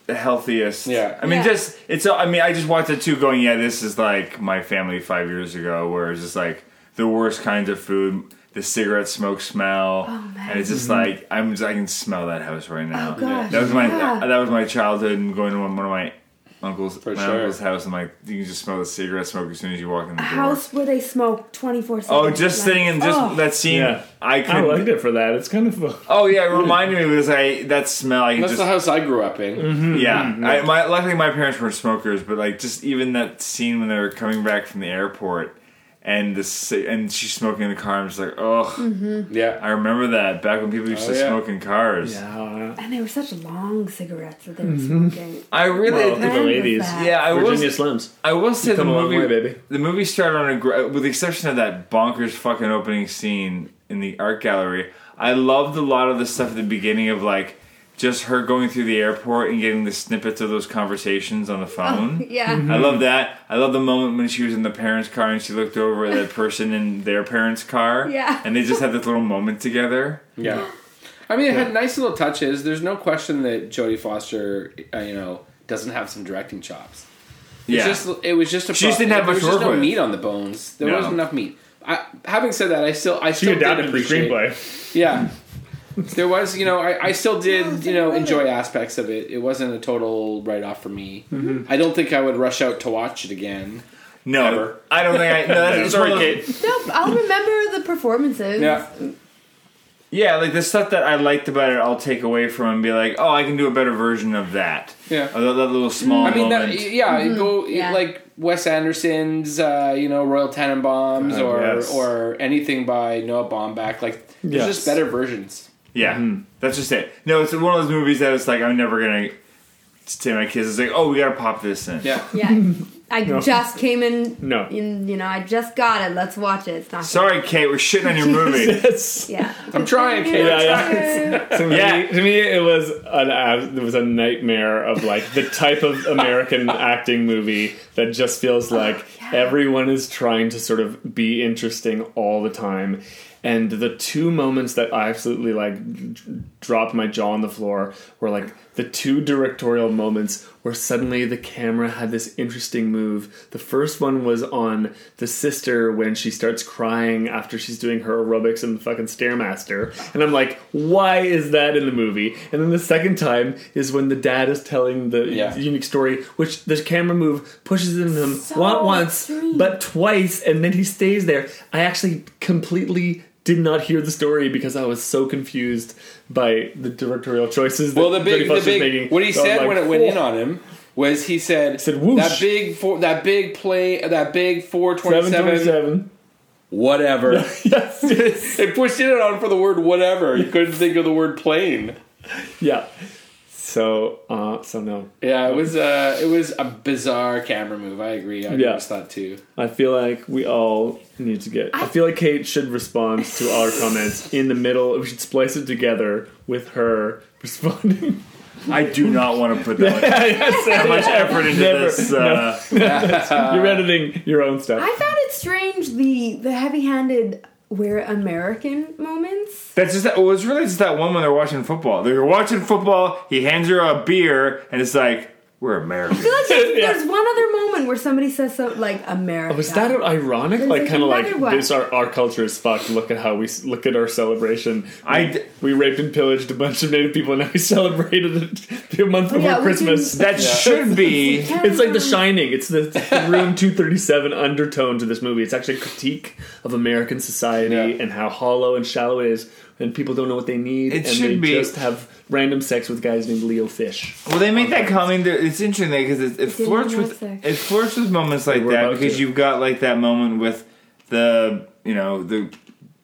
Speaker 1: the healthiest.
Speaker 4: Yeah.
Speaker 1: I mean,
Speaker 2: Yeah.
Speaker 1: just it's. I mean, I just watched it too, going, yeah, this is like my family five years ago, where it's just like the worst kinds of food, the cigarette smoke smell,
Speaker 2: Oh, man.
Speaker 1: and it's just like I'm. Just, I can smell that house right now.
Speaker 2: Oh, gosh,
Speaker 1: that was my
Speaker 2: yeah.
Speaker 1: that was my childhood and going to one of my uncle's my
Speaker 4: sure.
Speaker 1: uncle's house and like you can just smell the cigarette smoke as soon as you walk in the
Speaker 2: A
Speaker 1: door.
Speaker 2: house where they smoke 24 7.
Speaker 1: Oh, just sitting in just that scene.
Speaker 3: Yeah.
Speaker 1: I
Speaker 3: I
Speaker 1: couldn't.
Speaker 3: liked it for that. It's kind of uh, fun.
Speaker 1: Oh yeah, it reminded me because I that smell. I can
Speaker 4: That's
Speaker 1: just Mm-hmm.
Speaker 4: the house I grew up in.
Speaker 1: Yeah, I, my, luckily my parents weren't smokers, but like just even that scene when they were coming back from the airport and this and she's smoking in the car, I'm just like, oh,
Speaker 4: Yeah,
Speaker 1: I remember that back when people used
Speaker 4: Oh,
Speaker 1: to
Speaker 4: yeah.
Speaker 1: smoke in cars.
Speaker 3: Yeah.
Speaker 2: And they were such long cigarettes that they were
Speaker 3: Mm-hmm.
Speaker 2: smoking.
Speaker 1: I really,
Speaker 3: Well,
Speaker 1: think-
Speaker 3: the ladies.
Speaker 2: that.
Speaker 1: yeah, I
Speaker 3: Virginia
Speaker 1: will.
Speaker 3: Slims.
Speaker 1: I will say the
Speaker 3: come a long
Speaker 1: movie,
Speaker 3: way, baby.
Speaker 1: the movie started on a gr- uh, with the exception of that bonkers fucking opening scene in the art gallery. I loved a lot of the stuff at the beginning of like. Just her going through the airport and getting the snippets of those conversations on the phone.
Speaker 2: Yeah.
Speaker 3: Mm-hmm.
Speaker 1: I love that. I love the moment when she was in the parents' car and she looked over at that person in their parents' car.
Speaker 2: Yeah.
Speaker 1: And they just had this little moment together.
Speaker 4: yeah. I mean, it had nice little touches. There's no question that Jodie Foster, uh, you know, doesn't have some directing chops.
Speaker 1: Yeah.
Speaker 4: It's just it was just a
Speaker 1: She just didn't have
Speaker 4: there
Speaker 1: much
Speaker 4: was just
Speaker 1: work
Speaker 4: no
Speaker 1: with.
Speaker 4: meat on the bones. There
Speaker 1: No.
Speaker 4: wasn't enough meat. I, having said that, I still I
Speaker 3: She
Speaker 4: still did
Speaker 3: adapted the
Speaker 4: appreciate.
Speaker 3: screenplay.
Speaker 4: Yeah. There was, you know, I, I still did,
Speaker 2: it's
Speaker 4: you know,
Speaker 2: included.
Speaker 4: enjoy aspects of it. It wasn't a total write off for me.
Speaker 1: Mm-hmm.
Speaker 4: I don't think I would rush out to watch it again.
Speaker 1: no.
Speaker 4: Ever.
Speaker 1: I don't think I. No, that's, it's
Speaker 3: Sorry,
Speaker 1: one of-
Speaker 3: Kate.
Speaker 2: No, I'll remember the performances.
Speaker 4: Yeah.
Speaker 1: Yeah, like the stuff that I liked about it, I'll take away from and be like, oh, I can do a better version of that.
Speaker 4: Yeah.
Speaker 1: Of that, that little small
Speaker 4: I mean,
Speaker 1: moment.
Speaker 4: that, yeah, go
Speaker 2: Yeah.
Speaker 4: like Wes Anderson's, uh, you know, Royal Tenenbaums
Speaker 3: Uh,
Speaker 4: or
Speaker 3: yes.
Speaker 4: or anything by Noah Baumbach. Like, there's
Speaker 3: Yes.
Speaker 4: just better versions.
Speaker 1: yeah. hmm. That's just it. No, it's one of those movies that it's like, I'm never going to say my kids, it's like, oh, we got to pop this in.
Speaker 4: Yeah.
Speaker 2: Yeah. I just came in.
Speaker 3: No.
Speaker 2: in- you know, I just got it. Let's watch it. It's not.
Speaker 1: Sorry, Kate, we're shitting on your movie.
Speaker 3: Yes.
Speaker 2: Yeah.
Speaker 4: I'm trying, Kate.
Speaker 3: Yeah, yeah.
Speaker 2: yeah.
Speaker 3: To me,
Speaker 1: Yeah.
Speaker 3: to me, it was an ab- it was a nightmare of like the type of American acting movie that just
Speaker 4: Oh,
Speaker 3: feels like everyone is trying to sort of be interesting all the time. And the two moments that I absolutely like d- dropped my jaw on the floor were like the two directorial moments where suddenly the camera had this interesting move. The first one was on the sister when she starts crying after she's doing her aerobics in the fucking Stairmaster. And I'm like, why is that in the movie? And then the second time is when the dad is telling the
Speaker 4: Yeah.
Speaker 3: unique story, which the camera move pushes in him
Speaker 2: So
Speaker 3: not once,
Speaker 2: extreme.
Speaker 3: but twice, and then he stays there. I actually completely did not hear the story because I was so confused by the directorial choices that
Speaker 4: Well, the big,
Speaker 3: Jodie Foster
Speaker 4: the
Speaker 3: was
Speaker 4: big,
Speaker 3: making.
Speaker 4: what he
Speaker 3: So I'm
Speaker 4: said
Speaker 3: like,
Speaker 4: when it went in
Speaker 3: "Whoa."
Speaker 4: on him was he said,
Speaker 3: said, "Whoosh."
Speaker 4: that big, four, that big play, that big four twenty seven,
Speaker 3: 727.
Speaker 4: whatever."
Speaker 3: Yes, yes.
Speaker 4: it pushed it on for the word whatever. You couldn't think of the word plane.
Speaker 3: yeah. So, uh, so no.
Speaker 4: Yeah, it was uh it was a bizarre camera move. I agree. I
Speaker 3: Yeah.
Speaker 4: noticed that too.
Speaker 3: I feel like we all need to get. I feel like Kate should respond to our comments in the middle. We should splice it together with her responding.
Speaker 1: I do not want to put that much
Speaker 3: yes,
Speaker 1: much effort into
Speaker 3: Never.
Speaker 1: this. Uh,
Speaker 3: you're
Speaker 4: Uh,
Speaker 3: editing your own stuff.
Speaker 2: I found it strange the the heavy handed we're American moments.
Speaker 1: That's just that. Well, it's really just that one when they're watching football. They're watching football. He hands her a beer, and it's like we're American.
Speaker 2: I feel like there's,
Speaker 3: Yeah.
Speaker 2: there's one other moment where somebody says so like America.
Speaker 3: Was that ironic?
Speaker 2: There's
Speaker 3: like kind of
Speaker 2: another
Speaker 3: like
Speaker 2: one.
Speaker 3: this. Our, our culture is fucked. Look at how we s- look at our celebration.
Speaker 1: I
Speaker 3: we,
Speaker 1: d-
Speaker 3: we raped and pillaged a bunch of native people, and now we celebrated it a month before
Speaker 2: yeah, we
Speaker 3: Christmas.
Speaker 2: didn't-
Speaker 1: that should be.
Speaker 3: it's like The Shining. It's the room 237 undertone to this movie. It's actually a critique of American society
Speaker 4: Yeah.
Speaker 3: and how hollow and shallow it is, and people don't know what they need,
Speaker 1: It
Speaker 3: and
Speaker 1: should
Speaker 3: they
Speaker 1: be-
Speaker 3: just have random sex with guys named Leo Fish.
Speaker 1: Well, they make that comment. There, it's interesting because it, it flirts
Speaker 2: have
Speaker 1: with
Speaker 2: sex.
Speaker 1: it flirts with moments like
Speaker 3: were
Speaker 1: that
Speaker 3: about
Speaker 1: because
Speaker 3: to.
Speaker 1: you've got like that moment with the you know the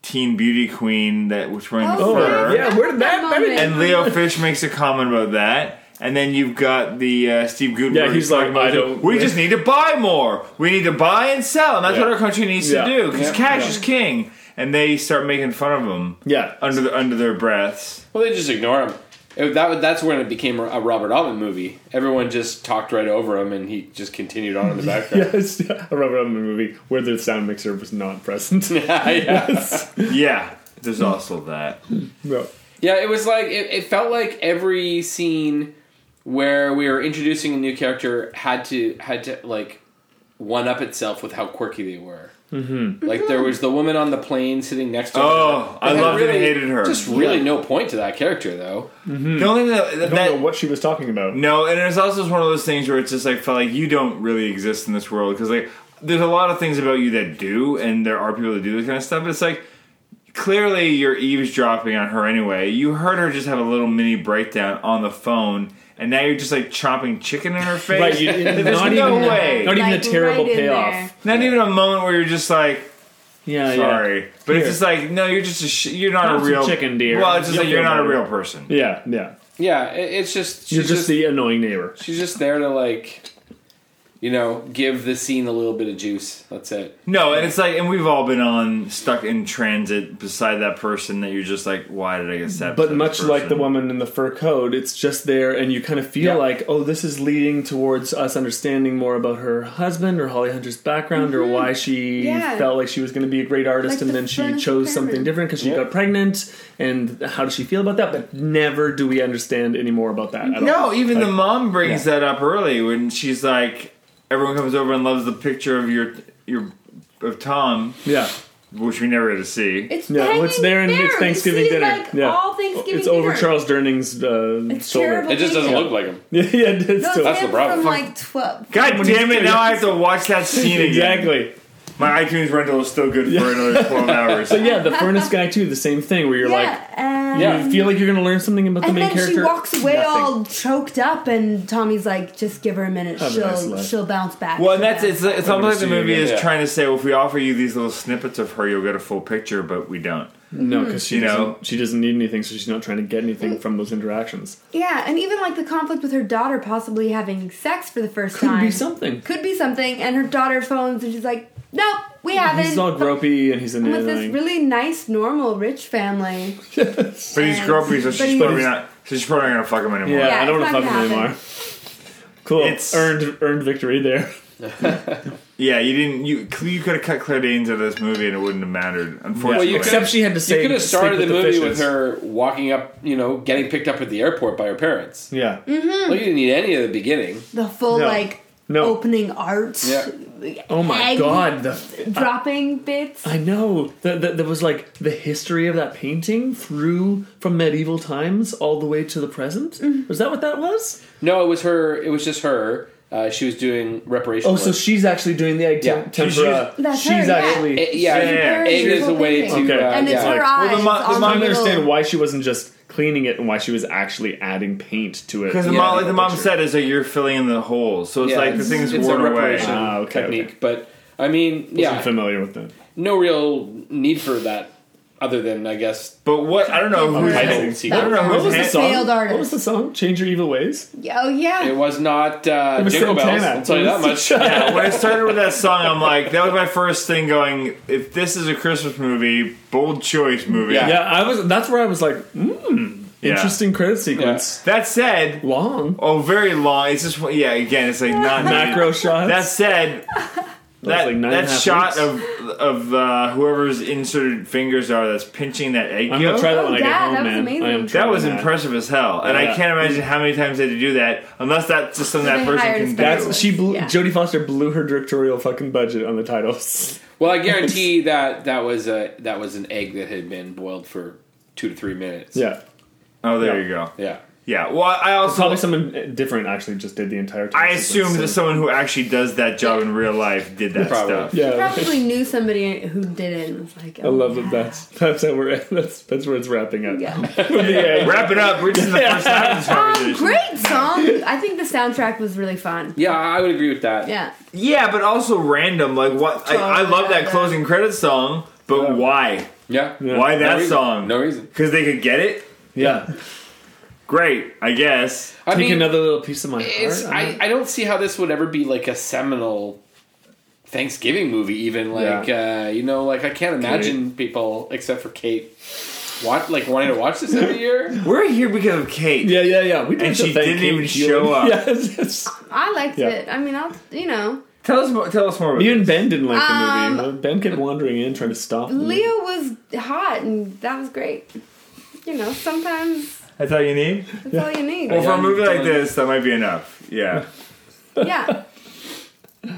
Speaker 1: teen beauty queen that was wearing
Speaker 2: Oh,
Speaker 1: the fur.
Speaker 2: yeah.
Speaker 3: yeah, where did that?
Speaker 2: That
Speaker 3: that
Speaker 2: moment.
Speaker 1: And Leo Fish makes a comment about that. And then you've got the uh, Steve Gutenberg.
Speaker 3: Yeah, he's like,
Speaker 1: talking about,
Speaker 3: I don't-
Speaker 1: We just need to buy more. We need to buy and sell, and that's
Speaker 3: Yeah.
Speaker 1: what our country needs
Speaker 3: Yeah.
Speaker 1: to do because
Speaker 4: Yeah.
Speaker 1: cash
Speaker 3: Yeah.
Speaker 1: is king. And they start making fun of him.
Speaker 3: Yeah.
Speaker 1: under the, under their breaths.
Speaker 4: Well, they just ignore him. It, that, that's when it became a Robert Altman movie. Everyone just talked right over him, and he just continued on in the background.
Speaker 3: Yes, a Robert Altman movie where the sound mixer was not present.
Speaker 4: yeah. yeah.
Speaker 1: Yeah, there's also that.
Speaker 3: no.
Speaker 4: Yeah, it was like it, it felt like every scene where we were introducing a new character had to had to like one up itself with how quirky they were. Mm-hmm. Like there was the woman on the plane sitting next to.
Speaker 1: Oh,
Speaker 4: her.
Speaker 1: I
Speaker 4: They had
Speaker 1: loved and hated her.
Speaker 4: Just really
Speaker 3: Yeah.
Speaker 4: no point to that character though.
Speaker 1: The only thing that, that,
Speaker 3: Hmm. I don't know what she was talking about.
Speaker 1: no, and it's also just one of those things where it's just like felt like you don't really exist in this world because like there's a lot of things about you that do, and there are people that do this kind of stuff. But it's like clearly you're eavesdropping on her anyway. You heard her just have a little mini breakdown on the phone, and now you're just like chomping chicken in her face.
Speaker 3: Right, you-
Speaker 1: There's
Speaker 3: not
Speaker 1: no
Speaker 3: even-
Speaker 1: way.
Speaker 3: not even a
Speaker 2: Like,
Speaker 3: terrible
Speaker 2: right in
Speaker 3: payoff.
Speaker 1: Not even a moment where you're just like.
Speaker 3: Yeah,
Speaker 1: Sorry, but it's
Speaker 3: Here.
Speaker 1: just like no, you're just a sh- you're not
Speaker 3: Have
Speaker 1: a
Speaker 3: some
Speaker 1: real
Speaker 3: chicken, dear.
Speaker 1: Well, it's just
Speaker 3: You'll
Speaker 1: like you're
Speaker 3: feel
Speaker 1: not a
Speaker 3: better.
Speaker 1: real person.
Speaker 3: yeah, yeah.
Speaker 4: Yeah, it, it's just she's
Speaker 3: You're just
Speaker 4: just,
Speaker 3: the annoying neighbor.
Speaker 4: she's just there to like, you know, give the scene a little bit of juice. That's it.
Speaker 1: No, and it's like, and we've all been on stuck in transit beside that person that you're just like, why did I get set?
Speaker 3: But much like the woman in the fur coat, it's just there, and you kind of feel
Speaker 4: Yeah.
Speaker 3: like, oh, this is leading towards us understanding more about her husband or Holly Hunter's background or why she
Speaker 2: Mm-hmm. Yeah.
Speaker 3: felt like she was going to be a great artist
Speaker 2: Like
Speaker 3: and
Speaker 2: the
Speaker 3: then she
Speaker 2: French
Speaker 3: chose
Speaker 2: experiment.
Speaker 3: something different because she
Speaker 4: Yeah.
Speaker 3: got pregnant, and how does she feel about that? But never do we understand any more about that at all.
Speaker 1: No, even the
Speaker 3: Like-
Speaker 1: mom brings
Speaker 3: Yeah.
Speaker 1: that up early when she's like, everyone comes over and loves the picture of your your of Tom,
Speaker 3: Yeah.
Speaker 1: which we never get to see.
Speaker 2: It's
Speaker 3: Yeah, well, it's
Speaker 2: hanging
Speaker 3: there
Speaker 2: there
Speaker 3: and it's
Speaker 2: You
Speaker 3: Thanksgiving
Speaker 2: see,
Speaker 3: dinner.
Speaker 2: Like,
Speaker 3: Yeah.
Speaker 2: all Thanksgiving
Speaker 3: It's over
Speaker 2: dinner.
Speaker 3: Charles Durning's uh,
Speaker 2: It's
Speaker 3: shoulder.
Speaker 2: terrible.
Speaker 4: It just doesn't look like him.
Speaker 3: yeah, yeah, it did
Speaker 2: No, it's
Speaker 3: still.
Speaker 4: That's the
Speaker 2: him
Speaker 4: problem.
Speaker 2: From like twelve.
Speaker 1: God
Speaker 3: When
Speaker 1: damn
Speaker 3: he's-
Speaker 1: it! Now I have to watch that scene again.
Speaker 3: exactly.
Speaker 1: My iTunes rental is still good for another twelve hours.
Speaker 3: But yeah, the furnace guy too. The same thing where you're
Speaker 2: yeah, and,
Speaker 3: like, you feel like you're going to learn something about the
Speaker 2: and
Speaker 3: main
Speaker 2: then
Speaker 3: character.
Speaker 2: she walks away
Speaker 3: Nothing.
Speaker 2: all choked up, and Tommy's like, "Just give her a minute.
Speaker 3: Have a
Speaker 2: she'll
Speaker 3: nice life."
Speaker 2: she'll bounce back."
Speaker 1: Well,
Speaker 2: she'll
Speaker 1: and that's
Speaker 2: bounce
Speaker 1: it's, it's almost like the
Speaker 3: see you
Speaker 1: movie
Speaker 3: again.
Speaker 1: is
Speaker 4: Yeah.
Speaker 1: trying to say, well, if we offer you these little snippets of her, you'll get a full picture, but we don't.
Speaker 3: No, because she
Speaker 1: You know?
Speaker 3: doesn't, she doesn't need anything, so she's not trying to get anything from those interactions.
Speaker 2: Yeah, and even like the conflict with her daughter possibly having sex for the first
Speaker 3: Could
Speaker 2: time.
Speaker 3: be something.
Speaker 2: Could be something, and her daughter phones and she's like, Nope, we haven't.
Speaker 3: He's all gropey and he's
Speaker 2: I'm with this
Speaker 3: annoying.
Speaker 2: really nice, normal, rich family.
Speaker 1: But he's
Speaker 2: And-
Speaker 1: gropey, so
Speaker 2: but
Speaker 1: she's
Speaker 2: he's-
Speaker 1: probably not. So she's probably not gonna fuck him anymore.
Speaker 3: yeah,
Speaker 2: Yeah,
Speaker 3: I don't
Speaker 2: it's
Speaker 3: want to
Speaker 2: not
Speaker 3: fuck him
Speaker 2: gonna
Speaker 3: anymore.
Speaker 2: happen.
Speaker 3: Cool,
Speaker 1: It's-
Speaker 3: earned earned victory there.
Speaker 1: Yeah, you didn't. You you could have cut Claire Danes out of this movie, and it wouldn't have mattered.
Speaker 4: Well,
Speaker 1: Unfortunately,
Speaker 4: you
Speaker 3: Except
Speaker 4: could-
Speaker 3: she had to
Speaker 4: You
Speaker 3: say-
Speaker 4: could have
Speaker 3: stick
Speaker 4: started the,
Speaker 3: with the
Speaker 4: movie
Speaker 3: fishes.
Speaker 4: with her walking up, you know, getting picked up at the airport by her parents.
Speaker 3: Yeah,
Speaker 4: Like you didn't need any of the beginning.
Speaker 2: The full,
Speaker 3: No.
Speaker 2: like,
Speaker 3: No.
Speaker 2: opening art.
Speaker 4: Yeah.
Speaker 3: Oh my
Speaker 2: egg
Speaker 3: god, the
Speaker 2: Dropping bits.
Speaker 3: I know that that there was like the history of that painting through from medieval times all the way to the present. Was that what that was?
Speaker 4: No, it was her. It was just her. Uh, she was doing reparation.
Speaker 3: Oh, so
Speaker 4: work.
Speaker 3: she's actually doing the egg
Speaker 4: Yeah.
Speaker 3: tem- tempera.
Speaker 1: She's-
Speaker 2: That's
Speaker 3: she's
Speaker 2: her, yeah.
Speaker 3: actually.
Speaker 4: Eh, yeah,
Speaker 1: Yeah, yeah,
Speaker 4: egg
Speaker 2: yeah.
Speaker 4: is a way to.
Speaker 2: Okay.
Speaker 4: Uh,
Speaker 2: and it's
Speaker 4: yeah.
Speaker 2: her
Speaker 1: Well,
Speaker 2: eyes.
Speaker 1: the mo- the
Speaker 2: on
Speaker 1: mom-
Speaker 3: I don't
Speaker 2: little-
Speaker 3: understand why she wasn't just cleaning it and why she was actually adding paint to it.
Speaker 1: because the
Speaker 4: Yeah,
Speaker 1: mom, like
Speaker 4: yeah,
Speaker 1: the mom
Speaker 4: picture.
Speaker 1: said, is like you're filling in the holes. So it's
Speaker 4: Yeah,
Speaker 1: like the
Speaker 4: it's-
Speaker 1: thing's
Speaker 4: it's a
Speaker 1: worn away.
Speaker 4: reparation
Speaker 3: Ah, okay,
Speaker 4: technique,
Speaker 3: okay.
Speaker 4: but I mean,
Speaker 3: wasn't
Speaker 4: yeah,
Speaker 3: familiar with that.
Speaker 4: no real need for that, other than I guess.
Speaker 1: But what I don't know who
Speaker 4: I
Speaker 2: I
Speaker 1: I
Speaker 4: don't see.
Speaker 1: don't know
Speaker 3: What
Speaker 1: who's
Speaker 3: was the
Speaker 1: hand-
Speaker 3: song?
Speaker 2: Failed artist.
Speaker 3: What was the song? Change your evil ways.
Speaker 2: Oh, yeah.
Speaker 4: It was not uh,
Speaker 3: It was
Speaker 4: Jingle Bells.
Speaker 3: Santana.
Speaker 4: I'll tell you
Speaker 3: It
Speaker 4: that
Speaker 3: was
Speaker 4: much.
Speaker 3: Santana.
Speaker 1: Yeah, when I started with that song, I'm like, that was my first thing. Going, if this is a Christmas movie, bold choice movie.
Speaker 4: Yeah.
Speaker 3: Yeah, I was. That's where I was like, hmm,
Speaker 1: Yeah.
Speaker 3: interesting credit sequence.
Speaker 1: That said,
Speaker 3: Long
Speaker 1: Oh, very long. It's just yeah. Again, it's like not
Speaker 3: macro shots.
Speaker 1: That said, that
Speaker 3: like nine
Speaker 1: that
Speaker 3: and a half
Speaker 1: shot
Speaker 3: weeks.
Speaker 1: of of uh, whoever's inserted fingers are that's pinching that egg
Speaker 3: I'm
Speaker 1: yolk.
Speaker 3: gonna try that
Speaker 2: Oh,
Speaker 3: when I get
Speaker 2: Dad,
Speaker 3: home,
Speaker 2: that was
Speaker 3: man.
Speaker 2: amazing.
Speaker 3: I am
Speaker 2: That
Speaker 1: that
Speaker 3: trying
Speaker 1: was impressive as hell, and I
Speaker 3: Yeah.
Speaker 1: can't imagine how many times they had to do that. Unless that's just something that
Speaker 2: They
Speaker 1: person
Speaker 2: hired
Speaker 1: can do.
Speaker 2: specialists.
Speaker 3: That's she blew
Speaker 2: Yeah.
Speaker 3: Jodie Foster blew her directorial fucking budget on the titles.
Speaker 4: Well, I guarantee that that was a that was an egg that had been boiled for two to three minutes.
Speaker 3: Yeah,
Speaker 1: oh, there
Speaker 3: Yeah.
Speaker 1: you go.
Speaker 4: yeah.
Speaker 1: Yeah. Well, I
Speaker 3: probably
Speaker 1: also
Speaker 3: someone uh, different actually just did the entire. title
Speaker 1: I
Speaker 3: sequence,
Speaker 1: assumed that
Speaker 3: so-
Speaker 1: someone who actually does that job in real life did that
Speaker 4: Probably.
Speaker 1: stuff.
Speaker 2: She
Speaker 3: Yeah,
Speaker 2: probably knew somebody who did it and was like,
Speaker 3: I
Speaker 2: oh,
Speaker 3: love
Speaker 2: yeah.
Speaker 3: that. That's that's how we're that's that's where it's wrapping up.
Speaker 2: Yeah.
Speaker 3: With the egg.
Speaker 1: Wrap it up. We're just in the first half of this
Speaker 2: Um,
Speaker 1: conversation.
Speaker 2: great song. I think the soundtrack was really fun.
Speaker 4: Yeah, I would agree with that.
Speaker 2: Yeah.
Speaker 1: Yeah, but also random. Like what? I, I love that
Speaker 2: Totally.
Speaker 1: closing credits song, but why?
Speaker 4: Yeah.
Speaker 1: Why
Speaker 4: No
Speaker 1: that
Speaker 4: reason.
Speaker 1: song?
Speaker 4: No reason.
Speaker 1: Because they could get it?
Speaker 3: Yeah.
Speaker 1: Great, I guess.
Speaker 4: I
Speaker 3: Take
Speaker 4: mean,
Speaker 3: another little piece of my
Speaker 4: it's,
Speaker 3: heart.
Speaker 4: I, I don't see how this would ever be like a seminal Thanksgiving movie, even like uh, you know, like I can't imagine people except for Kate, want, like wanting to watch this every year.
Speaker 1: We're here because of Kate.
Speaker 3: yeah, yeah, yeah. We
Speaker 1: And
Speaker 3: did
Speaker 1: she
Speaker 3: the
Speaker 1: didn't
Speaker 3: thank
Speaker 1: even
Speaker 3: you.
Speaker 1: show up.
Speaker 3: Yes, yes.
Speaker 2: I liked
Speaker 3: Yeah.
Speaker 2: it. I mean, I'll you know,
Speaker 1: Tell us more. Tell us more. About
Speaker 3: Me and Ben didn't like
Speaker 2: Um,
Speaker 3: the movie. Ben kept wandering in trying to stop me.
Speaker 2: Leo was hot, and that was great. You know, sometimes
Speaker 1: That's all you need.
Speaker 2: that's all you need.
Speaker 1: Well, for a
Speaker 4: I'm
Speaker 1: movie like
Speaker 4: done.
Speaker 1: this, that might be enough. Yeah.
Speaker 2: yeah,
Speaker 1: All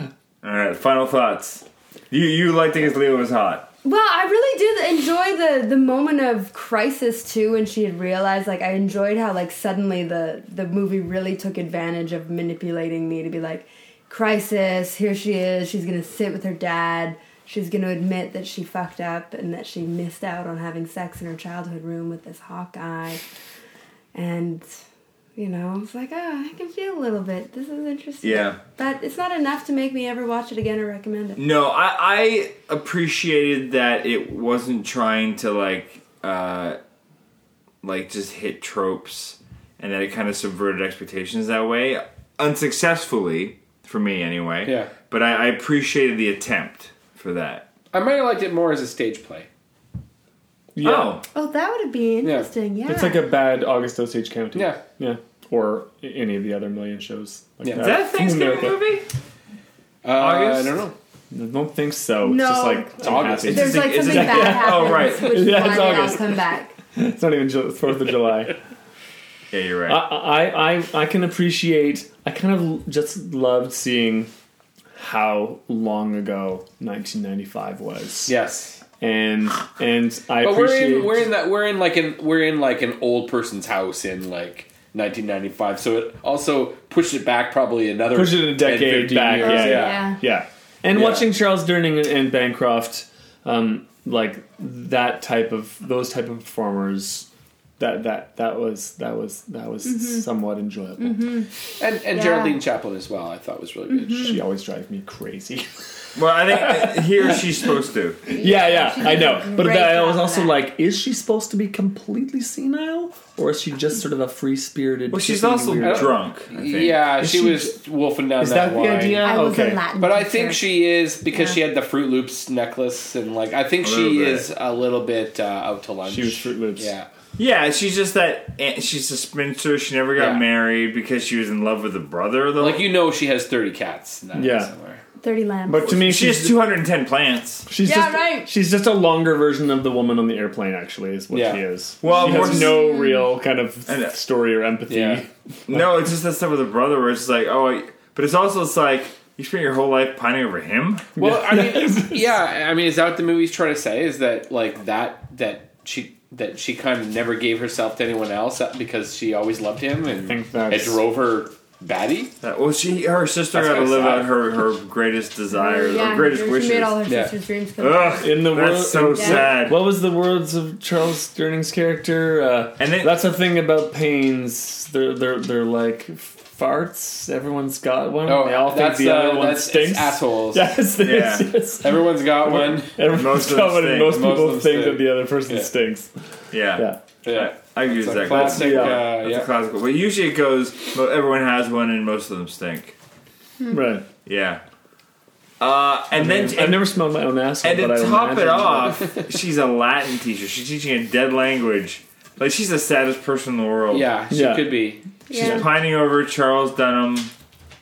Speaker 1: right. Final thoughts. You you liked it because Leo was hot.
Speaker 2: Well, I really did enjoy the the moment of crisis too, when she had realized. Like, I enjoyed how like suddenly the the movie really took advantage of manipulating me to be like, crisis. Here she is. She's gonna sit with her dad. She's gonna admit that she fucked up and that she missed out on having sex in her childhood room with this Hawkeye. And you know, it's like, ah, I can feel a little bit. This is interesting.
Speaker 1: Yeah.
Speaker 2: but it's not enough to make me ever watch it again or recommend it.
Speaker 1: No, I, I appreciated that it wasn't trying to like uh, like just hit tropes, and that it kind of subverted expectations that way, unsuccessfully for me anyway.
Speaker 4: Yeah.
Speaker 1: But I, I appreciated the attempt for that.
Speaker 4: I might have liked it more as a stage play.
Speaker 1: Yeah.
Speaker 2: Oh, that would be interesting. Yeah,
Speaker 3: It's like a bad August Osage County.
Speaker 4: Yeah.
Speaker 3: Yeah. Or i- any of the other million shows. Like
Speaker 4: Yeah.
Speaker 1: is that a
Speaker 3: Who
Speaker 1: Thanksgiving
Speaker 3: knows that?
Speaker 1: movie?
Speaker 4: Uh,
Speaker 1: August?
Speaker 4: I don't know.
Speaker 3: I don't think so. It's
Speaker 2: No.
Speaker 3: just like
Speaker 2: It's
Speaker 3: I'm
Speaker 4: August.
Speaker 3: happy.
Speaker 4: It's
Speaker 2: There's
Speaker 1: It's
Speaker 2: like
Speaker 1: just-
Speaker 2: something
Speaker 1: it's just-
Speaker 2: bad happens,
Speaker 1: Oh, right.
Speaker 2: which is
Speaker 3: Yeah,
Speaker 2: why
Speaker 3: it's
Speaker 2: they all
Speaker 3: August.
Speaker 2: come back.
Speaker 3: It's not even Ju- Fourth of July.
Speaker 1: Yeah, you're right.
Speaker 3: I, I I I can appreciate. I kind of l- just loved seeing how long ago 1995 was.
Speaker 4: Yes,
Speaker 3: And and I
Speaker 4: but we're
Speaker 3: appreciate.
Speaker 4: in we're in that we're in like an we're in like an old person's house in like 1995. So it also pushed it back probably another
Speaker 3: Pushed it a
Speaker 4: 10,
Speaker 3: decade
Speaker 4: 15
Speaker 3: back,
Speaker 4: years.
Speaker 3: yeah,
Speaker 2: yeah.
Speaker 3: yeah. And
Speaker 4: Yeah.
Speaker 3: watching Charles Durning and, and Bancroft, um, like that type of those type of performers. That, that that was that was that was
Speaker 4: Mm-hmm.
Speaker 3: somewhat enjoyable.
Speaker 4: and and
Speaker 2: Yeah. Mm-hmm.
Speaker 4: Geraldine Chaplin as well. I thought was really good.
Speaker 3: She always drives me crazy.
Speaker 1: well, I think he or she's supposed to.
Speaker 3: yeah, yeah, I know. But
Speaker 2: great
Speaker 3: I
Speaker 2: job
Speaker 3: was
Speaker 2: with
Speaker 3: also
Speaker 2: that.
Speaker 3: like, is she supposed to be completely senile, or is she just sort of a free spirited?
Speaker 1: Well, she's also
Speaker 4: weird.
Speaker 1: drunk. I think.
Speaker 4: Yeah,
Speaker 3: Is
Speaker 4: she,
Speaker 3: she-
Speaker 4: was wolfing down
Speaker 3: Is that, the
Speaker 4: wine.
Speaker 3: idea?
Speaker 2: I was
Speaker 3: okay.
Speaker 2: a Latin
Speaker 4: But I
Speaker 2: teacher.
Speaker 4: think she is because
Speaker 2: Yeah.
Speaker 4: she had the Fruit Loops necklace and like I think
Speaker 1: A little
Speaker 4: she
Speaker 1: bit.
Speaker 4: is a little bit uh, out to lunch.
Speaker 3: She was Fruit Loops.
Speaker 4: Yeah,
Speaker 1: Yeah, she's just that. eh, She's a spinster. She never got
Speaker 4: Yeah.
Speaker 1: married because she was in love with the brother. Though,
Speaker 4: like you know, she has thirty cats. In that
Speaker 3: Yeah.
Speaker 4: somewhere.
Speaker 2: Thirty lamps.
Speaker 3: But to me,
Speaker 1: she
Speaker 3: she's
Speaker 1: has two hundred and ten plants.
Speaker 3: She's
Speaker 2: Yeah,
Speaker 3: just,
Speaker 2: right.
Speaker 3: She's just a longer version of the woman on the airplane. Actually, is what
Speaker 4: Yeah.
Speaker 3: she is.
Speaker 1: Well,
Speaker 3: she
Speaker 1: more
Speaker 3: has
Speaker 1: just-
Speaker 3: no real kind of
Speaker 1: I know.
Speaker 3: story or empathy.
Speaker 4: Yeah.
Speaker 1: No, it's just that stuff with the brother where it's just like, oh, I- but it's also it's like you spent your whole life pining over him.
Speaker 4: Well, I mean, yeah, I mean, is that what the movie's trying to say? Is that like that that she that she kind of never gave herself to anyone else uh, because she always loved him and
Speaker 3: think that's-
Speaker 4: it drove her batty?
Speaker 1: That- well, she her sister
Speaker 4: That's
Speaker 1: got to
Speaker 4: kinda
Speaker 1: live
Speaker 4: sad.
Speaker 1: out her her greatest desires,
Speaker 2: yeah,
Speaker 1: her greatest
Speaker 2: she
Speaker 1: wishes.
Speaker 2: made all her
Speaker 4: Yeah.
Speaker 2: sister's dreams come true.
Speaker 1: Ugh,
Speaker 3: In the world,
Speaker 1: that's so
Speaker 3: in-
Speaker 2: Yeah.
Speaker 1: sad.
Speaker 3: What was the words of Charles Durning's character? Uh,
Speaker 1: And then-
Speaker 3: that's the thing about pains. They're they're they're like farts. Everyone's got one.
Speaker 4: Oh,
Speaker 3: they all think
Speaker 4: that's
Speaker 3: the other
Speaker 4: uh,
Speaker 3: one
Speaker 4: that's
Speaker 3: stinks.
Speaker 4: it's assholes.
Speaker 3: Yes, yes,
Speaker 1: Yeah.
Speaker 3: yes.
Speaker 4: Everyone's got one.
Speaker 3: Everyone's
Speaker 1: Most of them
Speaker 3: got one, and
Speaker 1: stink.
Speaker 3: most
Speaker 4: Most of
Speaker 3: people
Speaker 4: them
Speaker 3: think
Speaker 4: stink.
Speaker 3: that the other person
Speaker 4: Yeah.
Speaker 3: stinks.
Speaker 1: yeah,
Speaker 3: Yeah.
Speaker 4: Yeah,
Speaker 1: I use
Speaker 4: it's
Speaker 1: that.
Speaker 4: a
Speaker 1: That's-
Speaker 4: classic.
Speaker 3: yeah.
Speaker 4: uh,
Speaker 1: That's
Speaker 4: yeah.
Speaker 1: a classical. But usually it goes. Well, everyone has one, and most of them stink.
Speaker 3: Right.
Speaker 1: Yeah. Uh, and then
Speaker 3: I've never smelled my own asshole.
Speaker 1: And to
Speaker 3: but I
Speaker 1: top it
Speaker 3: imagine-
Speaker 1: off, she's a Latin teacher. She's teaching a dead language. Like she's the saddest person in the world.
Speaker 4: Yeah, she
Speaker 3: Yeah.
Speaker 4: could be.
Speaker 1: She's
Speaker 2: Yeah.
Speaker 1: pining over Charles Dunham.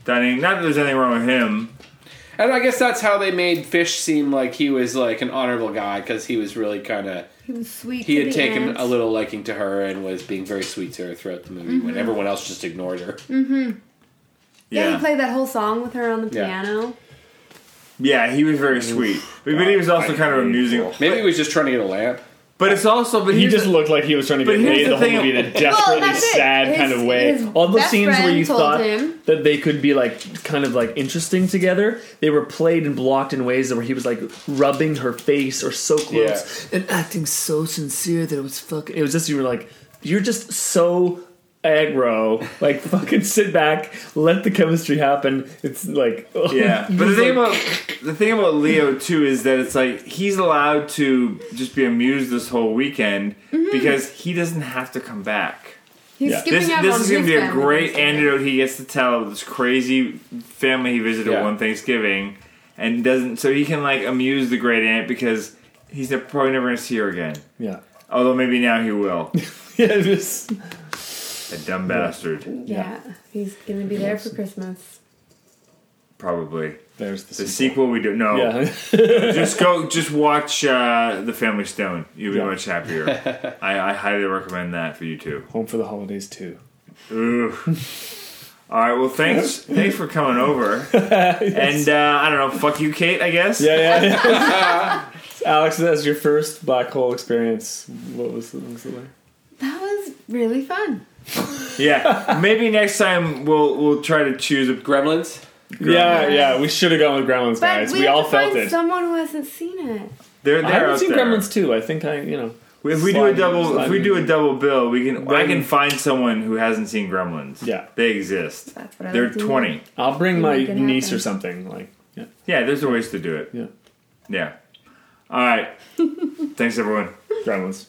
Speaker 1: Dunning. Not that there's anything wrong with him.
Speaker 4: And I guess that's how they made Fish seem like he was like an honorable guy because he was really kind of
Speaker 2: He was sweet.
Speaker 4: he
Speaker 2: to
Speaker 4: had
Speaker 2: the
Speaker 4: taken
Speaker 2: ants.
Speaker 4: a little liking to her and was being very sweet to her throughout the movie when everyone else just ignored her.
Speaker 2: Yeah.
Speaker 1: Yeah.
Speaker 2: he played that whole song with her on the
Speaker 4: Yeah.
Speaker 2: piano.
Speaker 1: Yeah, he was very sweet. But, but he was also kind of amusing.
Speaker 4: Maybe he was just trying to get a lamp.
Speaker 1: But it's also. But
Speaker 3: He
Speaker 1: here's
Speaker 3: just
Speaker 1: the-
Speaker 3: looked like he was trying to
Speaker 1: but
Speaker 3: get
Speaker 1: here's
Speaker 3: laid
Speaker 1: the
Speaker 3: the whole
Speaker 1: thing-
Speaker 3: movie in a desperately
Speaker 2: that's it.
Speaker 3: sad kind
Speaker 2: His-
Speaker 3: of way.
Speaker 2: his
Speaker 3: All the
Speaker 2: best
Speaker 3: scenes where
Speaker 2: friend
Speaker 3: you
Speaker 2: told
Speaker 3: thought
Speaker 2: him.
Speaker 3: that they could be like kind of like interesting together, they were played and blocked in ways where he was like rubbing her face or so close and acting so sincere that it was fucking. It was just you were like, you're just so aggro. Like fucking sit back, let the chemistry happen. It's like ugh.
Speaker 1: Yeah, but the thing about the thing about Leo too is that it's like he's allowed to just be amused this whole weekend
Speaker 2: Mm-hmm.
Speaker 1: because he doesn't have to come back.
Speaker 2: He's
Speaker 3: Yeah.
Speaker 2: skipping
Speaker 1: this
Speaker 2: out
Speaker 1: this
Speaker 2: on
Speaker 1: is going to
Speaker 2: his
Speaker 1: be a
Speaker 2: family
Speaker 1: great
Speaker 2: history.
Speaker 1: anecdote he gets to tell of this crazy family he visited
Speaker 4: Yeah.
Speaker 1: one Thanksgiving, and doesn't so he can like amuse the great aunt because he's ne- probably never going to see her again.
Speaker 3: yeah.
Speaker 1: Although maybe now he will.
Speaker 3: Yeah, it was-
Speaker 1: a dumb bastard,
Speaker 2: Yeah, he's gonna be there for Christmas.
Speaker 1: probably.
Speaker 3: there's the,
Speaker 1: The
Speaker 3: sequel.
Speaker 1: sequel we do no.
Speaker 3: Yeah.
Speaker 1: just go just watch uh, the family stone you'll be
Speaker 3: Yeah.
Speaker 1: much happier I, I highly recommend that for you too
Speaker 3: Home for the holidays too.
Speaker 1: Ooh. all right well thanks thanks for coming over and uh, i don't know fuck you kate i guess
Speaker 3: Yeah, yeah. yeah. Alex, that's your first black hole experience. What was the, what was the letter?
Speaker 2: That was really fun.
Speaker 1: yeah maybe next time we'll we'll try to choose a
Speaker 4: Gremlins.
Speaker 3: Yeah, yeah. We should have gone with Gremlins,
Speaker 2: But
Speaker 3: guys.
Speaker 2: we,
Speaker 3: We,
Speaker 2: have
Speaker 3: all
Speaker 2: to
Speaker 3: felt
Speaker 2: find
Speaker 3: it.
Speaker 2: someone who hasn't seen it.
Speaker 1: they're, they're
Speaker 3: I haven't
Speaker 1: out
Speaker 3: seen
Speaker 1: there.
Speaker 3: Gremlins too. I think I, you know,
Speaker 1: if we do a
Speaker 3: Sliding-
Speaker 1: double if we
Speaker 3: sliding.
Speaker 1: do a double bill we can i
Speaker 3: Then-
Speaker 1: can find someone who hasn't seen gremlins
Speaker 3: Yeah.
Speaker 1: they exist
Speaker 2: That's what I
Speaker 1: they're
Speaker 2: like to hear.
Speaker 1: 20
Speaker 3: I'll bring my
Speaker 2: Make it
Speaker 3: niece
Speaker 2: happen.
Speaker 3: or something. Like, yeah,
Speaker 1: yeah there's ways to do it
Speaker 3: yeah.
Speaker 1: yeah all right thanks everyone
Speaker 3: Gremlins.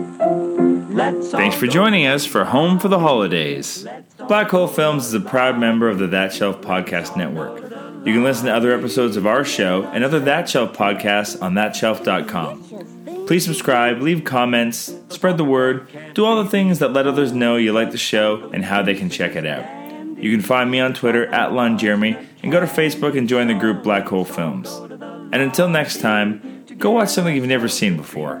Speaker 6: Let's all
Speaker 7: Thanks for joining us for Home for the Holidays. Black Hole Films is a proud member of the That Shelf Podcast Network. You can listen to other episodes of our show and other That Shelf podcasts on thatshelf.com. Please subscribe, leave comments, spread the word, do all the things that let others know you like the show and how they can check it out. You can find me on Twitter at Lon Jeremy and go to Facebook and join the group Black Hole Films. And until next time, go watch something you've never seen before.